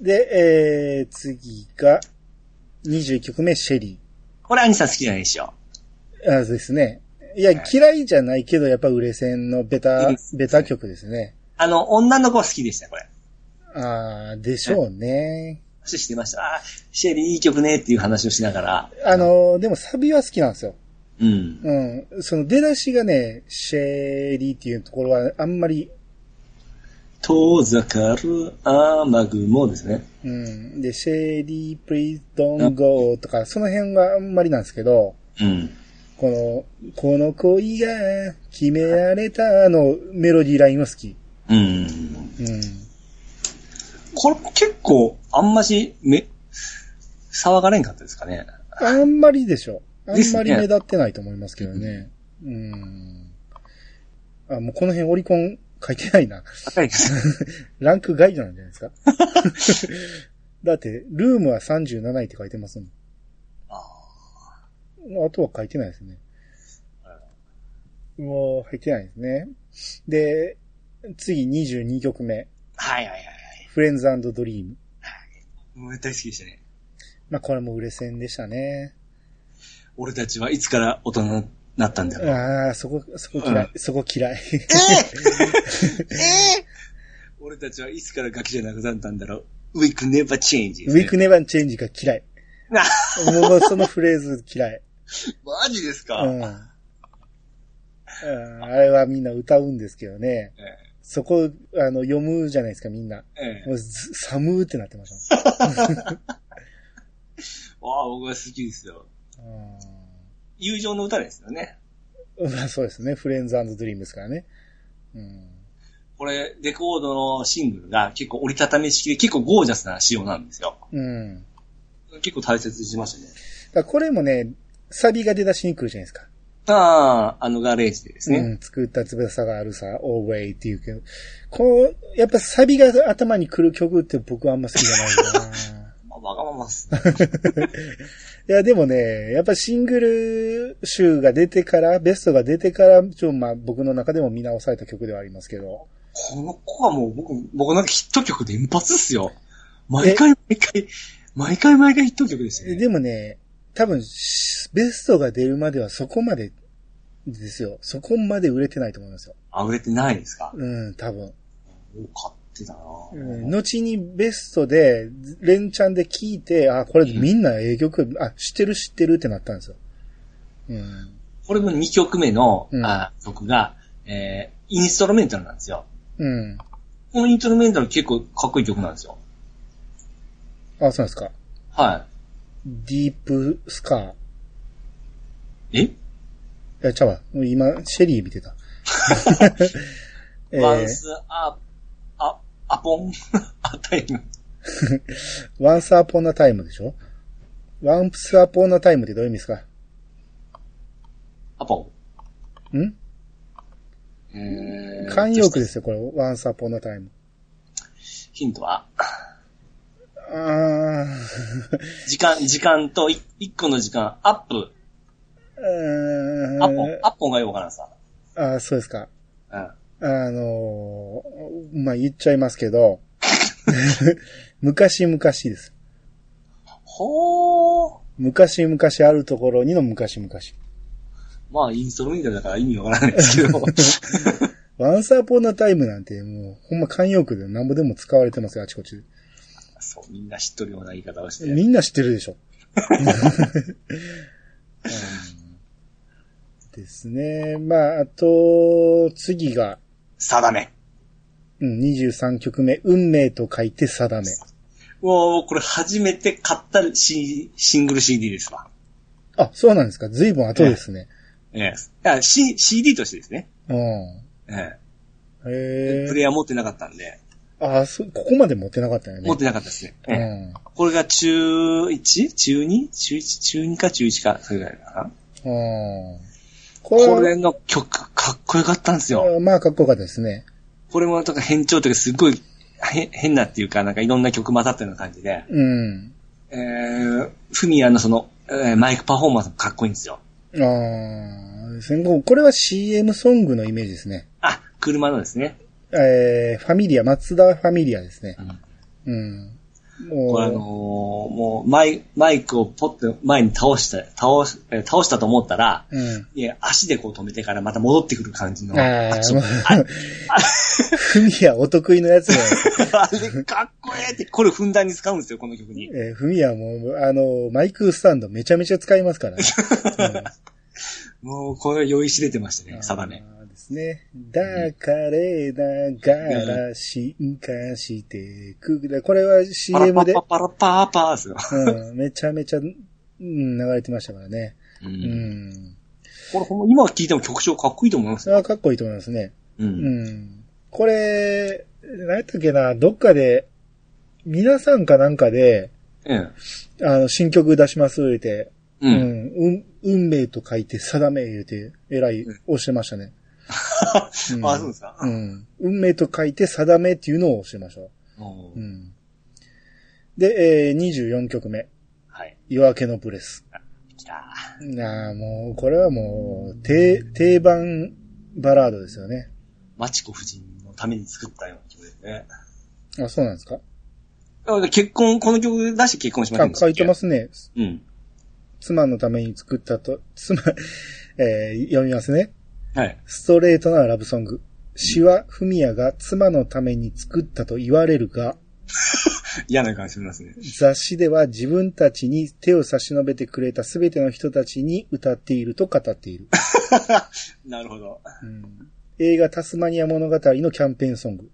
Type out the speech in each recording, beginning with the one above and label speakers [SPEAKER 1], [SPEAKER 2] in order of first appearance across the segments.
[SPEAKER 1] で、えー、次が、21曲目、シェリ
[SPEAKER 2] これ、アニさん好きじゃないでしょ。
[SPEAKER 1] ー。あですね。いや、
[SPEAKER 2] はい
[SPEAKER 1] 嫌いじゃないけど、やっぱ、売れ線のベタ
[SPEAKER 2] いいです、
[SPEAKER 1] ベタ曲ですね。
[SPEAKER 2] あの、女の子好きでした、これ。
[SPEAKER 1] あーでしょうね。
[SPEAKER 2] 話してました。あーシェリーいい曲ねっていう話をしながら。
[SPEAKER 1] あの、でも、サビは好きなんですよ。
[SPEAKER 2] うん。
[SPEAKER 1] うん。その出だしがね、シェリーっていうところは、あんまり、
[SPEAKER 2] 遠ざかる雨雲ですね。
[SPEAKER 1] うん。で、シェリー、please don't go とか、その辺はあんまりなんですけど、
[SPEAKER 2] うん。
[SPEAKER 1] この、この恋が決められたのメロディーラインは好き。
[SPEAKER 2] うん。
[SPEAKER 1] うん。
[SPEAKER 2] これ結構、あんまし、め、騒がれんかったですかね。
[SPEAKER 1] あんまりでしょ。あん
[SPEAKER 2] です
[SPEAKER 1] ま
[SPEAKER 2] ね
[SPEAKER 1] り目立ってないと思いますけどね。うん。あ、もうこの辺オリコン書いてない な。
[SPEAKER 2] 高いです。
[SPEAKER 1] ランク外なんじゃないですか だって、ルームは37位って書いてますもん。
[SPEAKER 2] あ
[SPEAKER 1] あとは書いてないですね。もう、入ってないですね。で、次22曲目。
[SPEAKER 2] はいはいはいはい。
[SPEAKER 1] フレンズドリーム。
[SPEAKER 2] もう大好きでしたね。
[SPEAKER 1] まあ、これも売れ線でしたね。
[SPEAKER 2] 俺たちはいつから大人になったんだろう。
[SPEAKER 1] ああ、そこ、そこ嫌い、そこ嫌い。
[SPEAKER 2] えーえー俺たちはいつからガキじゃなくなったんだろう。We can never change.
[SPEAKER 1] ウィークネバンチェンジが嫌 い。
[SPEAKER 2] な、
[SPEAKER 1] もうそのフレーズ嫌い。
[SPEAKER 2] マジですか、
[SPEAKER 1] うん。うんあれはみんな歌うんですけどね。
[SPEAKER 2] ええ
[SPEAKER 1] そこ、あの、読むじゃないですか、みんな。
[SPEAKER 2] ええ
[SPEAKER 1] もうず、寒ーってなってましたも
[SPEAKER 2] ああ、僕は好きですよ。
[SPEAKER 1] ん。
[SPEAKER 2] 友情の歌ですよね。
[SPEAKER 1] うんまあそうですね。フレンズドリームですからね。うん。
[SPEAKER 2] これ、レコードのシングルが結構折りたたみ式で結構ゴージャスな仕様なんですよ。
[SPEAKER 1] うん。
[SPEAKER 2] 結構大切にしましたね。
[SPEAKER 1] だからこれもね、サビが出だしに来るじゃないですか。
[SPEAKER 2] ああ、あのガレージでです
[SPEAKER 1] う
[SPEAKER 2] ね。
[SPEAKER 1] ん。作った翼があるさ、オーウェイっていうけど。こう、やっぱサビが頭に来る曲って僕はあんま好きじゃないな。
[SPEAKER 2] まあ、わがままっすね。
[SPEAKER 1] いや、でもね、やっぱシングル集が出てから、ベストが出てから、ちょ、まあ僕の中でも見直された曲ではありますけど。
[SPEAKER 2] この子はもう僕、僕なんかヒット曲連発っすよ。毎回毎回、毎回毎回ヒット曲ですよ、ね。
[SPEAKER 1] でもね、多分、しベストが出るまではそこまでですよ。そこまで売れてないと思いますよ。
[SPEAKER 2] あ、売れてないですか
[SPEAKER 1] うん、多分。
[SPEAKER 2] 多かってたなぁ、
[SPEAKER 1] うん、後にベストで、連チャンで聴いて、あ、これみんなええ曲、あ、知ってる知ってるってなったんですよ。うん。
[SPEAKER 2] これの2曲目の、
[SPEAKER 1] うん
[SPEAKER 2] あ曲が、えー、インストルメンタルなんですよ。
[SPEAKER 1] うん。
[SPEAKER 2] このインストルメンタル結構かっこいい曲なんですよ。
[SPEAKER 1] あ、そうなんですか。
[SPEAKER 2] は
[SPEAKER 1] ディープスカー。
[SPEAKER 2] い。え
[SPEAKER 1] いや、ちゃうわ。もう今、シェリー見て た。えー
[SPEAKER 2] ワンスア、あ、アポ ン、アタイム。
[SPEAKER 1] Once Upon a Time でしょ ?Once Upon a Time ってどういう意味ですか
[SPEAKER 2] アポ
[SPEAKER 1] ん
[SPEAKER 2] ン。えー
[SPEAKER 1] 慣用句ですよ、これ。Once Upon a Time。
[SPEAKER 2] ヒントは、
[SPEAKER 1] あ
[SPEAKER 2] 時間、時間とい一個の時間、アップ、
[SPEAKER 1] ー。うーん
[SPEAKER 2] アポン、アポンがようかなさ。
[SPEAKER 1] あーそうですか。
[SPEAKER 2] うん。
[SPEAKER 1] あのー、まあ、言っちゃいますけど、 昔々です。
[SPEAKER 2] ほー。
[SPEAKER 1] 昔々あるところにの昔々。
[SPEAKER 2] まあ、インストルメンタルだから意味わからないですけ ど。
[SPEAKER 1] Once Upon a Time なんてもう、ほんま慣用句で何ぼでも使われてますよ、あちこちで。
[SPEAKER 2] そう、みんな知っとるような言い方をして。
[SPEAKER 1] みんな知ってるでしょ。うんですね。まあ、あと、次が、
[SPEAKER 2] 定め。
[SPEAKER 1] うん、23曲目、運命と書いて定め。
[SPEAKER 2] もう、これ初めて買ったシシングル CD ですわ。
[SPEAKER 1] あ、そうなんですか。随分後ですね。
[SPEAKER 2] ええ。あ、C、CD としてですね。ええ。
[SPEAKER 1] うん。へ
[SPEAKER 2] プ
[SPEAKER 1] え。
[SPEAKER 2] レイヤー持ってなかったんで、
[SPEAKER 1] あ、そ、ここまで持ってなかったよね。
[SPEAKER 2] 持ってなかったですね。え
[SPEAKER 1] う
[SPEAKER 2] えこれが中 1? 中 2? 中1? 中2か中1か、それぐらいかな。
[SPEAKER 1] ん。うん。これは
[SPEAKER 2] これの曲、かっこよかったんですよ。
[SPEAKER 1] まあ、かっこよかったですね。
[SPEAKER 2] これもなんか変調というか、すっごいへ変なっていうか、なんかいろんな曲混ざったような感じで、
[SPEAKER 1] うん。
[SPEAKER 2] えー、フミヤのその、えーマイクパフォーマンスもかっこいいんですよ。
[SPEAKER 1] ああ、ですねこれは CM ソングのイメージですね。
[SPEAKER 2] あ、車のですね。
[SPEAKER 1] えー、ファミリア、松田ファミリアですね。うん。も
[SPEAKER 2] これあのーもうマイ、マイクをポッて前に倒した、倒し、えー倒したと思ったら、
[SPEAKER 1] うん。
[SPEAKER 2] いや、足でこう止めてからまた戻ってくる感じの。
[SPEAKER 1] あ
[SPEAKER 2] アクション
[SPEAKER 1] あ、もう、 ふみやお得意のやつだよ。
[SPEAKER 2] あれ、かっこええって、これふんだんに使うんですよ、この曲に。
[SPEAKER 1] えー、ふみやもう、あの、マイクスタンドめちゃめちゃ使いますから、ね。
[SPEAKER 2] もう、これ酔いしれてました
[SPEAKER 1] う
[SPEAKER 2] ね、
[SPEAKER 1] ん
[SPEAKER 2] サバネ。。
[SPEAKER 1] あーですね。だから、だから、進化してく。これは
[SPEAKER 2] パラ
[SPEAKER 1] CM
[SPEAKER 2] パ
[SPEAKER 1] で
[SPEAKER 2] パ、パラパーパーですよ。
[SPEAKER 1] うん、めちゃめちゃ、うん、流れてましたからね。
[SPEAKER 2] う。
[SPEAKER 1] うんん。
[SPEAKER 2] これほんま、今聴いても曲調かっこいいと思います
[SPEAKER 1] そ
[SPEAKER 2] よ。
[SPEAKER 1] れはかっこいいと思いますね。
[SPEAKER 2] う。
[SPEAKER 1] うんん。これ、何やったっけな、どっかで、皆さんかなんかで、
[SPEAKER 2] ええ。
[SPEAKER 1] あの、新曲出します、言うて、
[SPEAKER 2] う。
[SPEAKER 1] うんん、うん、運命と書いて、定め、言うて、えらい、押してましたね。うん
[SPEAKER 2] あ、そうですか。
[SPEAKER 1] うん。運命と書いて、定めっていうのを押してました。
[SPEAKER 2] おー
[SPEAKER 1] うん。で、えー、24曲目、
[SPEAKER 2] はい。
[SPEAKER 1] 夜明けのブレス。
[SPEAKER 2] 来た。
[SPEAKER 1] なあ、もう、これはもう、定、定番バラードですよね。
[SPEAKER 2] マチコ夫人のために作ったような曲ですね。
[SPEAKER 1] あ、そうなんですか
[SPEAKER 2] あ結婚、この曲出して結婚しません。
[SPEAKER 1] あ、書いてますすね。
[SPEAKER 2] うん。
[SPEAKER 1] 妻のために作ったと、妻、えー読みますね。
[SPEAKER 2] はい。
[SPEAKER 1] ストレートなラブソング。詩は、フミヤが妻のために作ったと言われるが、
[SPEAKER 2] 嫌な感じしますね。
[SPEAKER 1] 雑誌では自分たちに手を差し伸べてくれた全ての人たちに歌っていると語っている。
[SPEAKER 2] なるほど。
[SPEAKER 1] うん映画タスマニア物語のキャンペーンソング。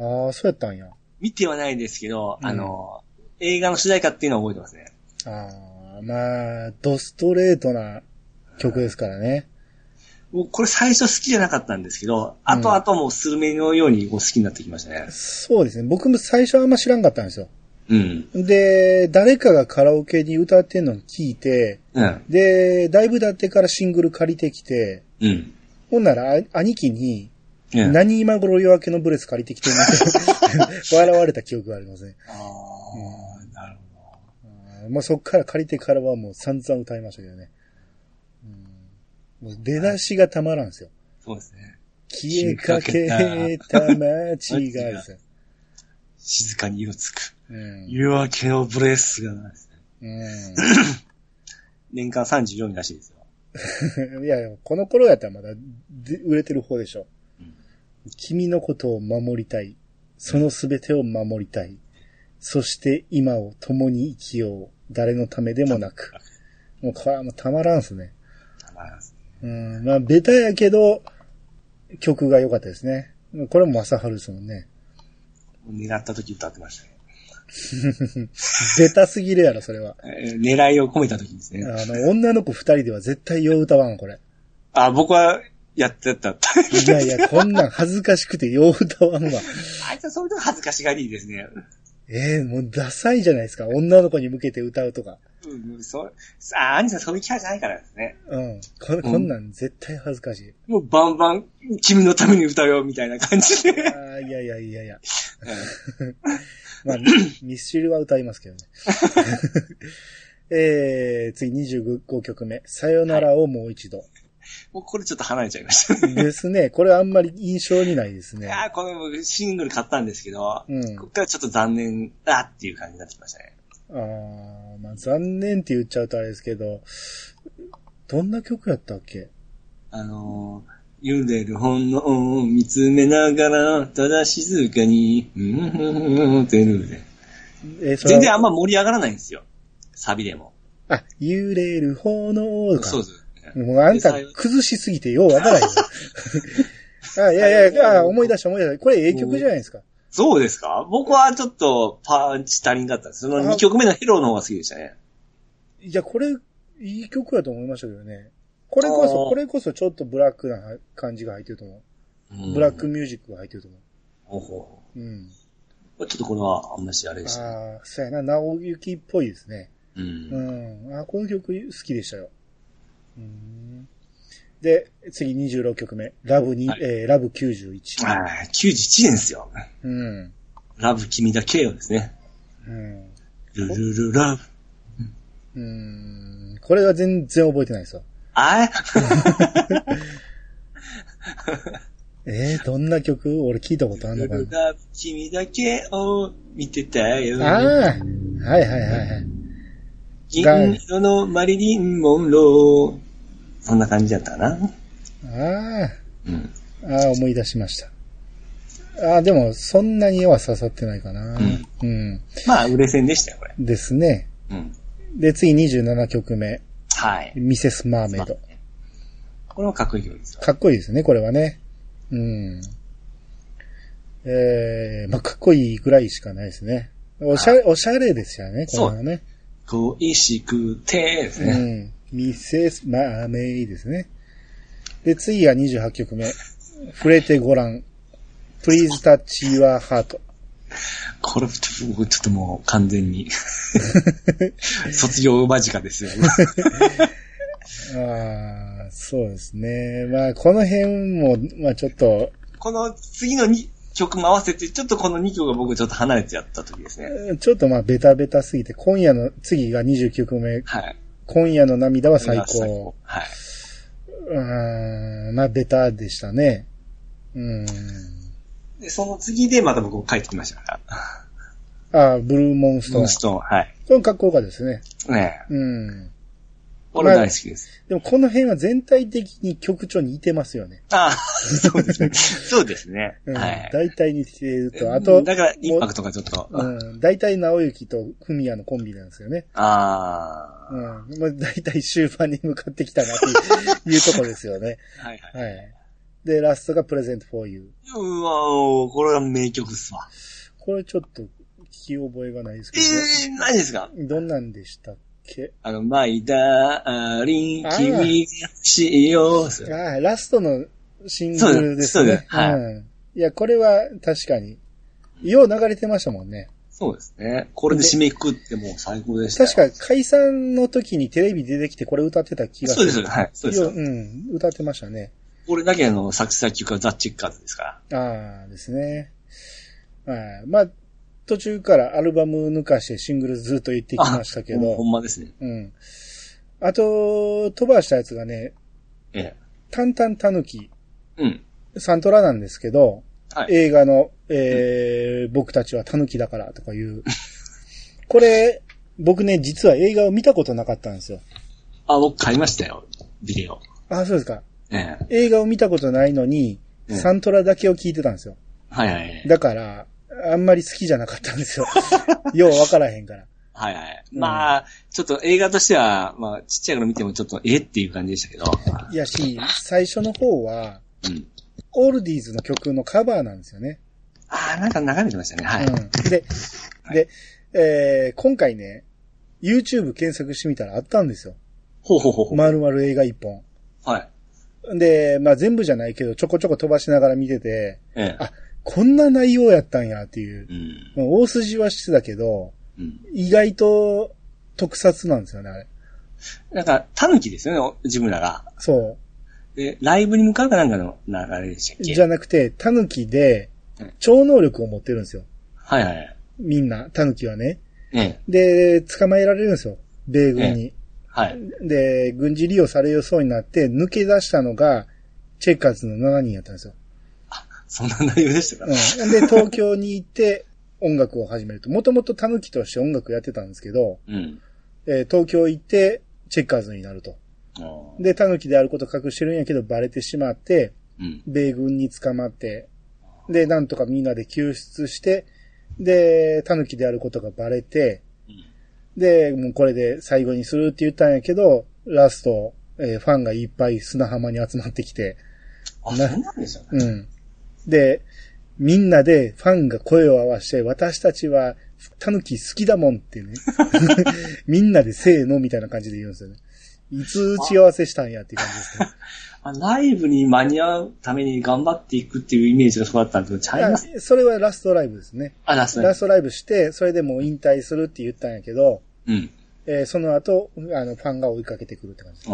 [SPEAKER 1] ああ、そうやったんや。
[SPEAKER 2] 見てはないですけど、
[SPEAKER 1] うん
[SPEAKER 2] あの、映画の主題歌っていうのは覚えてますね。
[SPEAKER 1] ああ、まあ、ドストレートな曲ですからね。
[SPEAKER 2] 僕、これ最初好きじゃなかったんですけど、後々もうスルメのようにこう好きになってきましたね。
[SPEAKER 1] そうですね。僕も最初はあんま知らんかったんですよ。
[SPEAKER 2] うん。
[SPEAKER 1] で、誰かがカラオケに歌ってんのを聞いて、
[SPEAKER 2] うん。
[SPEAKER 1] で、だいぶ経ってからシングル借りてきて、
[SPEAKER 2] うん。
[SPEAKER 1] ほんなら、あ兄貴に、
[SPEAKER 2] うん。あ
[SPEAKER 1] 何今頃夜明けのブレス借りてきてんのって 笑われた記憶がありますね。
[SPEAKER 2] あー、なるほど。
[SPEAKER 1] うんもうそっから借りてからはもう散々歌いましたけどね。うん、もう出だしがたまらんですよ。
[SPEAKER 2] そうですね。
[SPEAKER 1] 消えかけた 街がですよ。
[SPEAKER 2] 静かに色つく。
[SPEAKER 1] うん。
[SPEAKER 2] 夜明けのブレスがないですね。
[SPEAKER 1] う
[SPEAKER 2] 年間34位らしいですよ。
[SPEAKER 1] ん。 いや、この頃やったらまだで売れてる方でしょ
[SPEAKER 2] うん。
[SPEAKER 1] 君のことを守りたい。そのすべてを守りたい。そして今を共に生きよう。誰のためでもな く。もうこれはもうたまらんっすね。
[SPEAKER 2] たまらんですね
[SPEAKER 1] うん、まあ、ベタやけど、曲が良かったですね。これも正春ですもんね。
[SPEAKER 2] 狙った時歌ってましたね。
[SPEAKER 1] ベタすぎるやろ、それは。
[SPEAKER 2] えー狙いを込めた時ですね。
[SPEAKER 1] あの、女の子二人では絶対よう歌わん、これ。
[SPEAKER 2] あ、僕はやって た。
[SPEAKER 1] いやいや、こんなん恥ずかしくてよう歌わんわ。
[SPEAKER 2] あいつはそういうの恥ずかしがりですね。
[SPEAKER 1] ええもうダサいじゃないですか。女の子に向けて歌うとか。
[SPEAKER 2] うん、そう、あ、アンジさんそういうキャラじゃないからですね。
[SPEAKER 1] うん。ここんなん絶対恥ずかしい。
[SPEAKER 2] もうバンバン、君のために歌うよ、みたいな感じで。うん
[SPEAKER 1] ああ、いやいやいやいや。 まあ、ミスチルは歌いますけどね。 えー、次25曲目。さよならをもう一度。
[SPEAKER 2] もうこれちょっと離れちゃいましたね。
[SPEAKER 1] ですね。これあんまり印象にないですね。
[SPEAKER 2] あこの僕シングル買ったんですけど、
[SPEAKER 1] うん
[SPEAKER 2] こっからちょっと残念だっていう感じになってきましたね。
[SPEAKER 1] あーまあ、残念って言っちゃうとあれですけど、どんな曲やったっけ
[SPEAKER 2] あのー、茹でる炎を見つめながら、ただ静かに、うん、うん、うん、っていうので。
[SPEAKER 1] えーそれ
[SPEAKER 2] 全然あ
[SPEAKER 1] は
[SPEAKER 2] んま盛り上がらないんですよ。サビでも。
[SPEAKER 1] あ、揺れる炎とか。
[SPEAKER 2] そうです。
[SPEAKER 1] もうあんた
[SPEAKER 2] でさ
[SPEAKER 1] 崩しすぎてようわからない よ。あ、いやいや、あ思い出した思い出した。これええ曲じゃないですか。
[SPEAKER 2] そうですか僕はちょっとパンチ足りんかったです。その
[SPEAKER 1] あ
[SPEAKER 2] 2曲目のヘローの方が好きでしたね。
[SPEAKER 1] いや、これ、いい曲やと思いましたけどね。これこ
[SPEAKER 2] あ
[SPEAKER 1] そ、
[SPEAKER 2] ー
[SPEAKER 1] これこそちょっとブラックな感じが入ってると思
[SPEAKER 2] うん
[SPEAKER 1] う。ブラックミュージックが入ってると思
[SPEAKER 2] ほうほ
[SPEAKER 1] う。うん。
[SPEAKER 2] うちょっとこれはあんましあれでしたね。
[SPEAKER 1] ああ、そうやな、直行っぽいですね。
[SPEAKER 2] う。
[SPEAKER 1] うんん。あ、この曲好きでしたよ。うんで、次26曲目。ラブに、
[SPEAKER 2] はい
[SPEAKER 1] えーラブ91。
[SPEAKER 2] ああ、91年ですよ。
[SPEAKER 1] うん。
[SPEAKER 2] ラブ君だけよですね。
[SPEAKER 1] うん。
[SPEAKER 2] ルルルラブ。
[SPEAKER 1] うん。これは全然覚えてないですわ。
[SPEAKER 2] あ
[SPEAKER 1] えー、どんな曲俺聞いたことあ
[SPEAKER 2] あ
[SPEAKER 1] ん
[SPEAKER 2] ル
[SPEAKER 1] のかな
[SPEAKER 2] ルルラブ君だけを見てたよ。
[SPEAKER 1] ああ、はいはいはいはい。
[SPEAKER 2] 銀色のマリリン・モンロー。そんな感じだったかな。
[SPEAKER 1] あ
[SPEAKER 2] うん。
[SPEAKER 1] あ、ああ、思い出しました。ああ、でも、そんなに絵は刺さってないかな。
[SPEAKER 2] うん。
[SPEAKER 1] うん。
[SPEAKER 2] まあ、売れ線でしたよ、これ。
[SPEAKER 1] ですね。
[SPEAKER 2] うん。
[SPEAKER 1] で、次27曲目。
[SPEAKER 2] はい。
[SPEAKER 1] ミセス・マーメイド。
[SPEAKER 2] これはかっこいい曲ですよ。
[SPEAKER 1] かっこいいですね、これはね。うん。えー、まあ、かっこいいぐらいしかないですね。おしゃれ、おしゃれですよね、これはね。
[SPEAKER 2] 恋しくて、です
[SPEAKER 1] う
[SPEAKER 2] ね。
[SPEAKER 1] ん。ミセス・マーメイですね。で、次が28曲目。触れてごらん。Please touch your heart.
[SPEAKER 2] これ、ちょっとちょっともう完全に。卒業間近ですよ。
[SPEAKER 1] ああ、そうですね。まあ、この辺も、まあちょっと、
[SPEAKER 2] この次の2曲も合わせて、ちょっとこの2曲が僕ちょっと離れてやった時ですね。
[SPEAKER 1] ちょっとまあベタベタすぎて、今夜の、次が29曲目。
[SPEAKER 2] はい。
[SPEAKER 1] 今夜の涙は最高。。
[SPEAKER 2] はい。
[SPEAKER 1] うーん、まあベタでしたね。うーん。
[SPEAKER 2] で、その次でまた僕帰ってきました から。
[SPEAKER 1] ああ、ブルーモンスト
[SPEAKER 2] モ
[SPEAKER 1] ーン
[SPEAKER 2] ン。ストーン、はい。
[SPEAKER 1] これもかっこよかったですね。
[SPEAKER 2] ねえ。
[SPEAKER 1] うん。
[SPEAKER 2] 俺大好きです。
[SPEAKER 1] でもこの辺は全体的に曲調に似てますよね。
[SPEAKER 2] ああ、 そうですね。そうですね。
[SPEAKER 1] うん。
[SPEAKER 2] はい。
[SPEAKER 1] 大体似てると、あと、
[SPEAKER 2] だから、インパクトがちょっと。あ
[SPEAKER 1] うん。大体直行とフミヤのコンビなんですよね。
[SPEAKER 2] あ
[SPEAKER 1] う。ん。まあ大体終盤に向かってきたなっていういうとこですよ ね。
[SPEAKER 2] はいはい。
[SPEAKER 1] はい。で、ラストがプレゼントフォーユー。
[SPEAKER 2] うわおこれは名曲っすわ。
[SPEAKER 1] これちょっと聞き覚えがないですけ
[SPEAKER 2] ええー、何ですか
[SPEAKER 1] ど、どんなんでしたっけ
[SPEAKER 2] あの、マイダーリン、君が欲しいよっすよ。
[SPEAKER 1] ああ、ラストのシングルですね。
[SPEAKER 2] そうですそうですはい
[SPEAKER 1] うん。いや、これは確かに、よう流れてましたもんね。
[SPEAKER 2] そうですね。これで締めくくってもう最高でしたよ。
[SPEAKER 1] 確か解散の時にテレビ出てきてこれ歌ってた気がす
[SPEAKER 2] そう
[SPEAKER 1] る。
[SPEAKER 2] です。はい。そうです
[SPEAKER 1] よ
[SPEAKER 2] よ。
[SPEAKER 1] うん、歌ってましたね。
[SPEAKER 2] 俺だけあの、作詞作曲はザ・チッカーズですから。
[SPEAKER 1] ああですね。はい。まあ、途中からアルバム抜かしてシングルずっと言ってきましたけ
[SPEAKER 2] ほ
[SPEAKER 1] ど、
[SPEAKER 2] んまですね。
[SPEAKER 1] うん。あと、飛ばしたやつがね、
[SPEAKER 2] ええ。
[SPEAKER 1] タンタンタヌキ、
[SPEAKER 2] うん。
[SPEAKER 1] サントラなんですけど、
[SPEAKER 2] はい。
[SPEAKER 1] 映画の、えー僕たちはタヌキだからとかいう。これ、僕ね、実は映画を見たことなかったんですよ。
[SPEAKER 2] あ、僕買いましたよ。ビデオ。
[SPEAKER 1] あ、そうですか。
[SPEAKER 2] ええ。
[SPEAKER 1] 映画を見たことないのに、
[SPEAKER 2] うん
[SPEAKER 1] サントラだけを聞いてたんですよ。
[SPEAKER 2] はいはいはい。
[SPEAKER 1] だから、あんまり好きじゃなかったん ですよ。ようわからへんから。
[SPEAKER 2] はいはい。
[SPEAKER 1] うん
[SPEAKER 2] まあ、ちょっと映画としては、まあ、ちっちゃい頃見てもちょっと、えっていう感じでしたけど。
[SPEAKER 1] いやし、最初の方は、
[SPEAKER 2] うん。
[SPEAKER 1] オールディーズの曲のカバーなんですよね。
[SPEAKER 2] ああ、なんか流れてましたね。はい。
[SPEAKER 1] うん、で、で、えー今回ね、YouTube 検索してみたらあったんですよ。
[SPEAKER 2] ほうほうほうほう。
[SPEAKER 1] まるまる映画一本。
[SPEAKER 2] はい。
[SPEAKER 1] で、まあ全部じゃないけど、ちょこちょこ飛ばしながら見てて、
[SPEAKER 2] ええ。
[SPEAKER 1] あ、こんな内容やったんやっていう
[SPEAKER 2] う。ん。
[SPEAKER 1] 大筋はしてたけど、
[SPEAKER 2] うん。
[SPEAKER 1] 意外と特撮なんですよね、あれ。
[SPEAKER 2] なんか、タヌキですよね、お自分らが。
[SPEAKER 1] そう。
[SPEAKER 2] で、ライブに向かうかなんかの流れでしたっけ
[SPEAKER 1] じゃなくて、タヌキで
[SPEAKER 2] うん、
[SPEAKER 1] 超能力を持ってるんですよ。
[SPEAKER 2] はいはいはい。
[SPEAKER 1] みんな、タヌキはね。
[SPEAKER 2] ええ。
[SPEAKER 1] で、捕まえられるんですよ。米軍に。
[SPEAKER 2] はい。
[SPEAKER 1] で、軍事利用されよそうになって、抜け出したのが、チェッカーズの7人やったんですよ。
[SPEAKER 2] そんな内容でしたか、
[SPEAKER 1] うん。で、東京に行って、音楽を始めると。もともとタヌキとして音楽やってたんですけど、
[SPEAKER 2] うん、
[SPEAKER 1] えー東京行って、チェッカーズになると。
[SPEAKER 2] うん。
[SPEAKER 1] で、タヌキであることを隠してるんやけど、バレてしまって、
[SPEAKER 2] うん。
[SPEAKER 1] 米軍に捕まって、で、なんとかみんなで救出して、で、タヌキであることがバレて、で、もうこれで最後にするって言ったんやけど、ラスト、えーファンがいっぱい砂浜に集まってきて、
[SPEAKER 2] あ、
[SPEAKER 1] な
[SPEAKER 2] そうなんでした
[SPEAKER 1] う
[SPEAKER 2] ね。
[SPEAKER 1] ん。で、みんなでファンが声を合わせて、私たちはタヌキ好きだもんってね。みんなでせーのみたいな感じで言うんですよね。いつ打ち合わせしたんやっていう感じですね。
[SPEAKER 2] あライブに間に合うために頑張っていくっていうイメージがそうだったんですけど、ちゃいます。
[SPEAKER 1] いやそれはラストライブですね。
[SPEAKER 2] あ、ラスト
[SPEAKER 1] ラストライブして、それでもう引退するって言ったんやけど、
[SPEAKER 2] うん。
[SPEAKER 1] えーその後、あの、ファンが追いかけてくるって感じ。
[SPEAKER 2] あー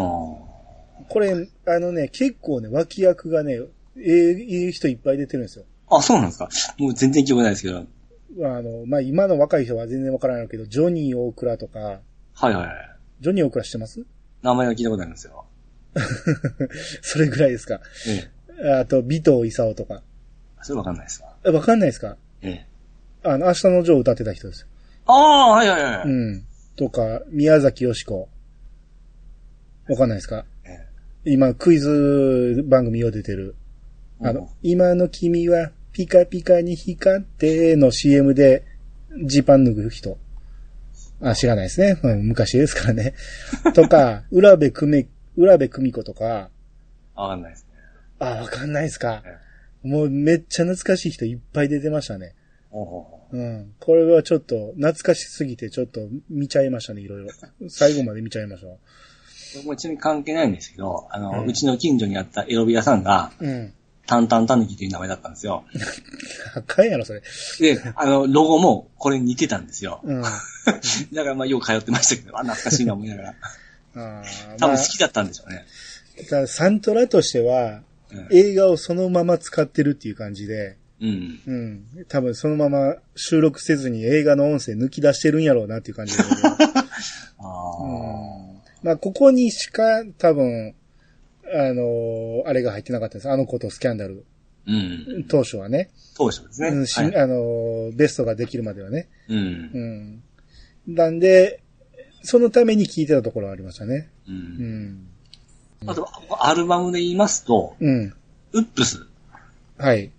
[SPEAKER 1] これ、あのね、結構ね、脇役がね、えーいい人いっぱい出てるんですよ。
[SPEAKER 2] あ、そうなんですかもう全然記憶ないですけど。
[SPEAKER 1] あの、まあ、今の若い人は全然わからないけど、ジョニー・オークラとか、
[SPEAKER 2] はいはいはい。
[SPEAKER 1] ジョニー・オークラ知ってます
[SPEAKER 2] 名前は聞いたことあるんですよ。
[SPEAKER 1] それぐらいですか。
[SPEAKER 2] ええ。
[SPEAKER 1] あと、尾藤勲とか。
[SPEAKER 2] それわかんないですわ。
[SPEAKER 1] えわかんないですか
[SPEAKER 2] ええ。
[SPEAKER 1] あの、明日のジョー歌ってた人ですよ。
[SPEAKER 2] ああ、はいはいはい。
[SPEAKER 1] うん。とか、宮崎よしこ。わかんないですか
[SPEAKER 2] え
[SPEAKER 1] 今、クイズ番組を出てる。あ
[SPEAKER 2] うん
[SPEAKER 1] の、今の君はピカピカに光っての CM でジーパン脱ぐ人。あ、知らないですね。うん昔ですからね。 とか、浦部久美、浦部久美子とか、
[SPEAKER 2] わかんないですね。
[SPEAKER 1] あ、わかんないですか。もうめっちゃ懐かしい人いっぱい出てましたね。
[SPEAKER 2] ほうほうほ
[SPEAKER 1] うん。これはちょっと、懐かしすぎてちょっと見ちゃいましたね、いろいろ。最後まで見ちゃいましょ
[SPEAKER 2] う僕もちなみに関係ないんですけど、あの、
[SPEAKER 1] う
[SPEAKER 2] うんちの近所にあったエロビ屋さんが、
[SPEAKER 1] う。うん。
[SPEAKER 2] タンタンタヌキという名前だったんですよ。
[SPEAKER 1] あかんやろ、それ。
[SPEAKER 2] で、あの、ロゴもこれに似てたんですよ。
[SPEAKER 1] うん。あ
[SPEAKER 2] だからまあ、よく通ってましたけど、あ、懐かしいな思いなが ら。
[SPEAKER 1] ー
[SPEAKER 2] 多
[SPEAKER 1] まあ
[SPEAKER 2] 分好きだったんでしょうね。
[SPEAKER 1] ただサントラとしては、
[SPEAKER 2] うん
[SPEAKER 1] 映画をそのまま使ってるっていう感じで、
[SPEAKER 2] うん。
[SPEAKER 1] うん。多分そのまま収録せずに映画の音声抜き出してるんやろうなっていう 感じで。
[SPEAKER 2] あ
[SPEAKER 1] うんまあ、ここにしか多分、あのーあれが入ってなかったんです。あの子とスキャンダル。
[SPEAKER 2] ーうん。
[SPEAKER 1] 当初はね。
[SPEAKER 2] 当初ですね。
[SPEAKER 1] うんし
[SPEAKER 2] はい
[SPEAKER 1] あのーベストができるまではね。
[SPEAKER 2] うん。
[SPEAKER 1] うん。なんで、そのために聞いてたところはありましたね。
[SPEAKER 2] う。
[SPEAKER 1] うんん。
[SPEAKER 2] あと、アルバムで言いますと、
[SPEAKER 1] うん。
[SPEAKER 2] ウップス。
[SPEAKER 1] はい。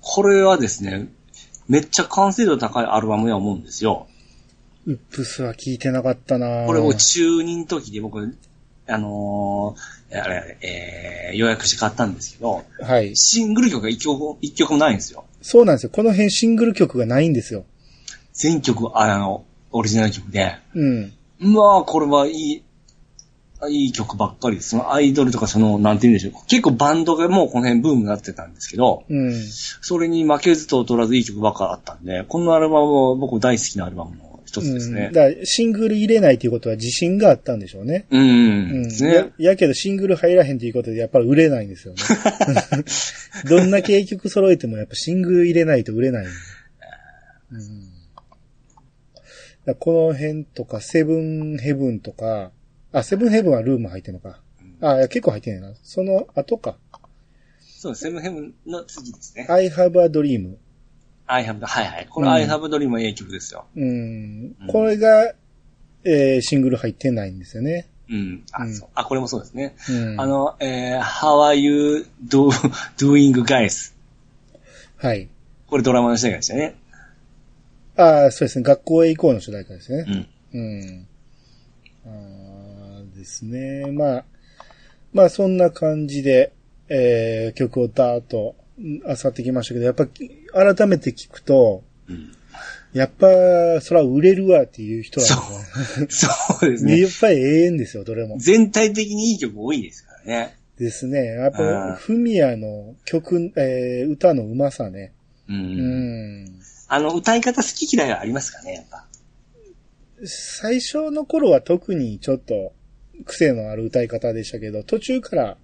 [SPEAKER 2] これはですね、めっちゃ完成度高いアルバムや思うんですよ。
[SPEAKER 1] ウップスは聞いてなかったなぁ
[SPEAKER 2] これを中2の時で僕、あのーあれ、えー、予約して買ったんですけど、
[SPEAKER 1] はい。
[SPEAKER 2] シングル曲が一曲も、一曲もないんですよ。
[SPEAKER 1] そうなんですよ。この辺シングル曲がないんですよ。
[SPEAKER 2] 全曲、ああの、オリジナル曲で。
[SPEAKER 1] うん。
[SPEAKER 2] まあ、これはいい、いい曲ばっかりです。そのアイドルとかその、なんて言うんでしょう。結構バンドがもうこの辺ブームになってたんですけど、
[SPEAKER 1] うん。
[SPEAKER 2] それに負けずと劣らずいい曲ばっかりあったんで、このアルバムは僕大好きなアルバムの一つです
[SPEAKER 1] う
[SPEAKER 2] ね
[SPEAKER 1] ん。だからシングル入れないということは自信があったんでしょうね。
[SPEAKER 2] うん。
[SPEAKER 1] うん。
[SPEAKER 2] です
[SPEAKER 1] や
[SPEAKER 2] ね。
[SPEAKER 1] やけどシングル入らへんということでやっぱり売れないんですよ ね。どんな景曲揃えてもやっぱシングル入れないと売れない。うん。だからこの辺とか、セブンヘブンとか、あ、セブンヘブンはルーム入ってんのか。あ、いや結構入ってんねんな。その後か。
[SPEAKER 2] そう、セブンヘブンの次ですね。
[SPEAKER 1] I have a dream。
[SPEAKER 2] アイハブ、はいはい。これ
[SPEAKER 1] うん
[SPEAKER 2] アイハブドリームいい曲ですよ。
[SPEAKER 1] うん
[SPEAKER 2] うん
[SPEAKER 1] これが、えーシングル入ってないんですよね。
[SPEAKER 2] うん。あ、
[SPEAKER 1] うん
[SPEAKER 2] そうあこれもそうですね。
[SPEAKER 1] うん、
[SPEAKER 2] あ、の、えー、How are you do, doing guys?
[SPEAKER 1] はい。
[SPEAKER 2] これドラマの主題歌でしたね。
[SPEAKER 1] ああ、そうですね。学校へ行こうの主題歌ですね
[SPEAKER 2] う。ん。
[SPEAKER 1] うん。あーですね。まあ、まあそんな感じで、えー曲をダーッと、あさってきましたけど、やっぱ改めて聞くと、
[SPEAKER 2] うん、
[SPEAKER 1] やっぱ、そら売れるわっていう人は、
[SPEAKER 2] そうですね。
[SPEAKER 1] やっぱり永遠ですよ、どれも。
[SPEAKER 2] 全体的にいい曲多いですからね。
[SPEAKER 1] ですね。やっ
[SPEAKER 2] う
[SPEAKER 1] ぱ、
[SPEAKER 2] ん
[SPEAKER 1] フミヤの曲、えー歌のうまさね。
[SPEAKER 2] うん。
[SPEAKER 1] うん
[SPEAKER 2] あの、歌い方好き嫌いはありますかね、やっぱ。
[SPEAKER 1] 最初の頃は特にちょっと癖のある歌い方でしたけど、途中から、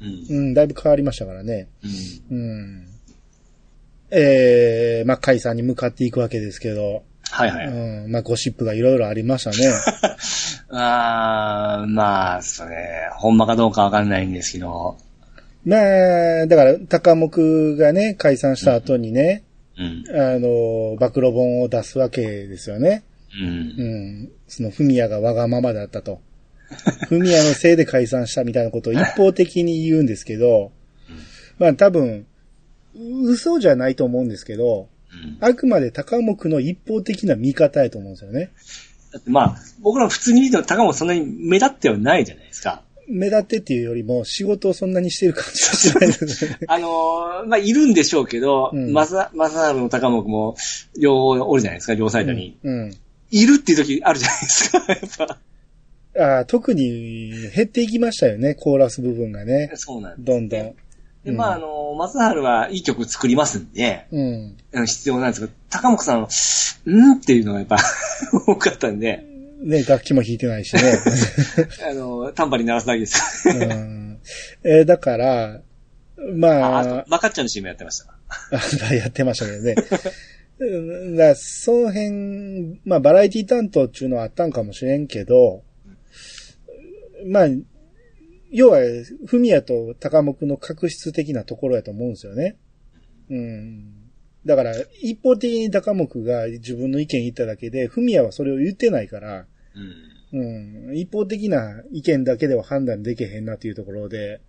[SPEAKER 2] うん。
[SPEAKER 1] うん、だいぶ変わりましたからね。
[SPEAKER 2] うん。
[SPEAKER 1] うん。えー、まあ、解散に向かっていくわけですけど、
[SPEAKER 2] はいはい。
[SPEAKER 1] うん、まあ、ゴシップがいろいろありましたね。
[SPEAKER 2] あー、まあ、それ、ほんまかどうかわかんないんですけど。
[SPEAKER 1] まあ、だから、高木がね、解散した後にね、
[SPEAKER 2] うん。
[SPEAKER 1] あの、暴露本を出すわけですよね。
[SPEAKER 2] うん。
[SPEAKER 1] うん。その、フミヤがわがままだったと。 フミヤのせいで解散したみたいなことを一方的に言うんですけど、まあ多分、嘘じゃないと思うんですけど、
[SPEAKER 2] うん
[SPEAKER 1] あくまで高木の一方的な見方やと思うんですよね。
[SPEAKER 2] だってまあ、僕ら普通に見ても高もそんなに目立ってはないじゃないですか。
[SPEAKER 1] 目立ってっていうよりも、仕事をそんなにしてる感じはしないですね。
[SPEAKER 2] あのーまあ、いるんでしょうけど、
[SPEAKER 1] うん
[SPEAKER 2] まさ、まさるの高木も、両方おるじゃないですか、両サイドに。
[SPEAKER 1] うん。
[SPEAKER 2] いるっていう時あるじゃないですか、やっぱ。
[SPEAKER 1] あー特に減っていきましたよね、コーラス部分がね。
[SPEAKER 2] そうなんです。
[SPEAKER 1] どんどん。
[SPEAKER 2] で、まあ、あのー、松原はいい曲作りますんで、
[SPEAKER 1] うん。
[SPEAKER 2] あの必要なんですけど、高木さんは、うんっていうのがやっぱ 多かったんで、
[SPEAKER 1] ね、楽器も弾いてないしね。
[SPEAKER 2] あのー、タンバリン鳴らすだけです。
[SPEAKER 1] うんえーだから、ま
[SPEAKER 2] あ、
[SPEAKER 1] あ
[SPEAKER 2] あ、と、マカッチョの CM やってました。
[SPEAKER 1] あ やってましたけどね。うんだからその辺、まあ、バラエティ担当っていうのはあったんかもしれんけど、まあ、要は、フミヤと高木の確執的なところやと思うんですよね。うん。だから、一方的に高木が自分の意見言っただけで、フミヤはそれを言ってないから、
[SPEAKER 2] うん。
[SPEAKER 1] うん、一方的な意見だけでは判断できへんなっていうところで、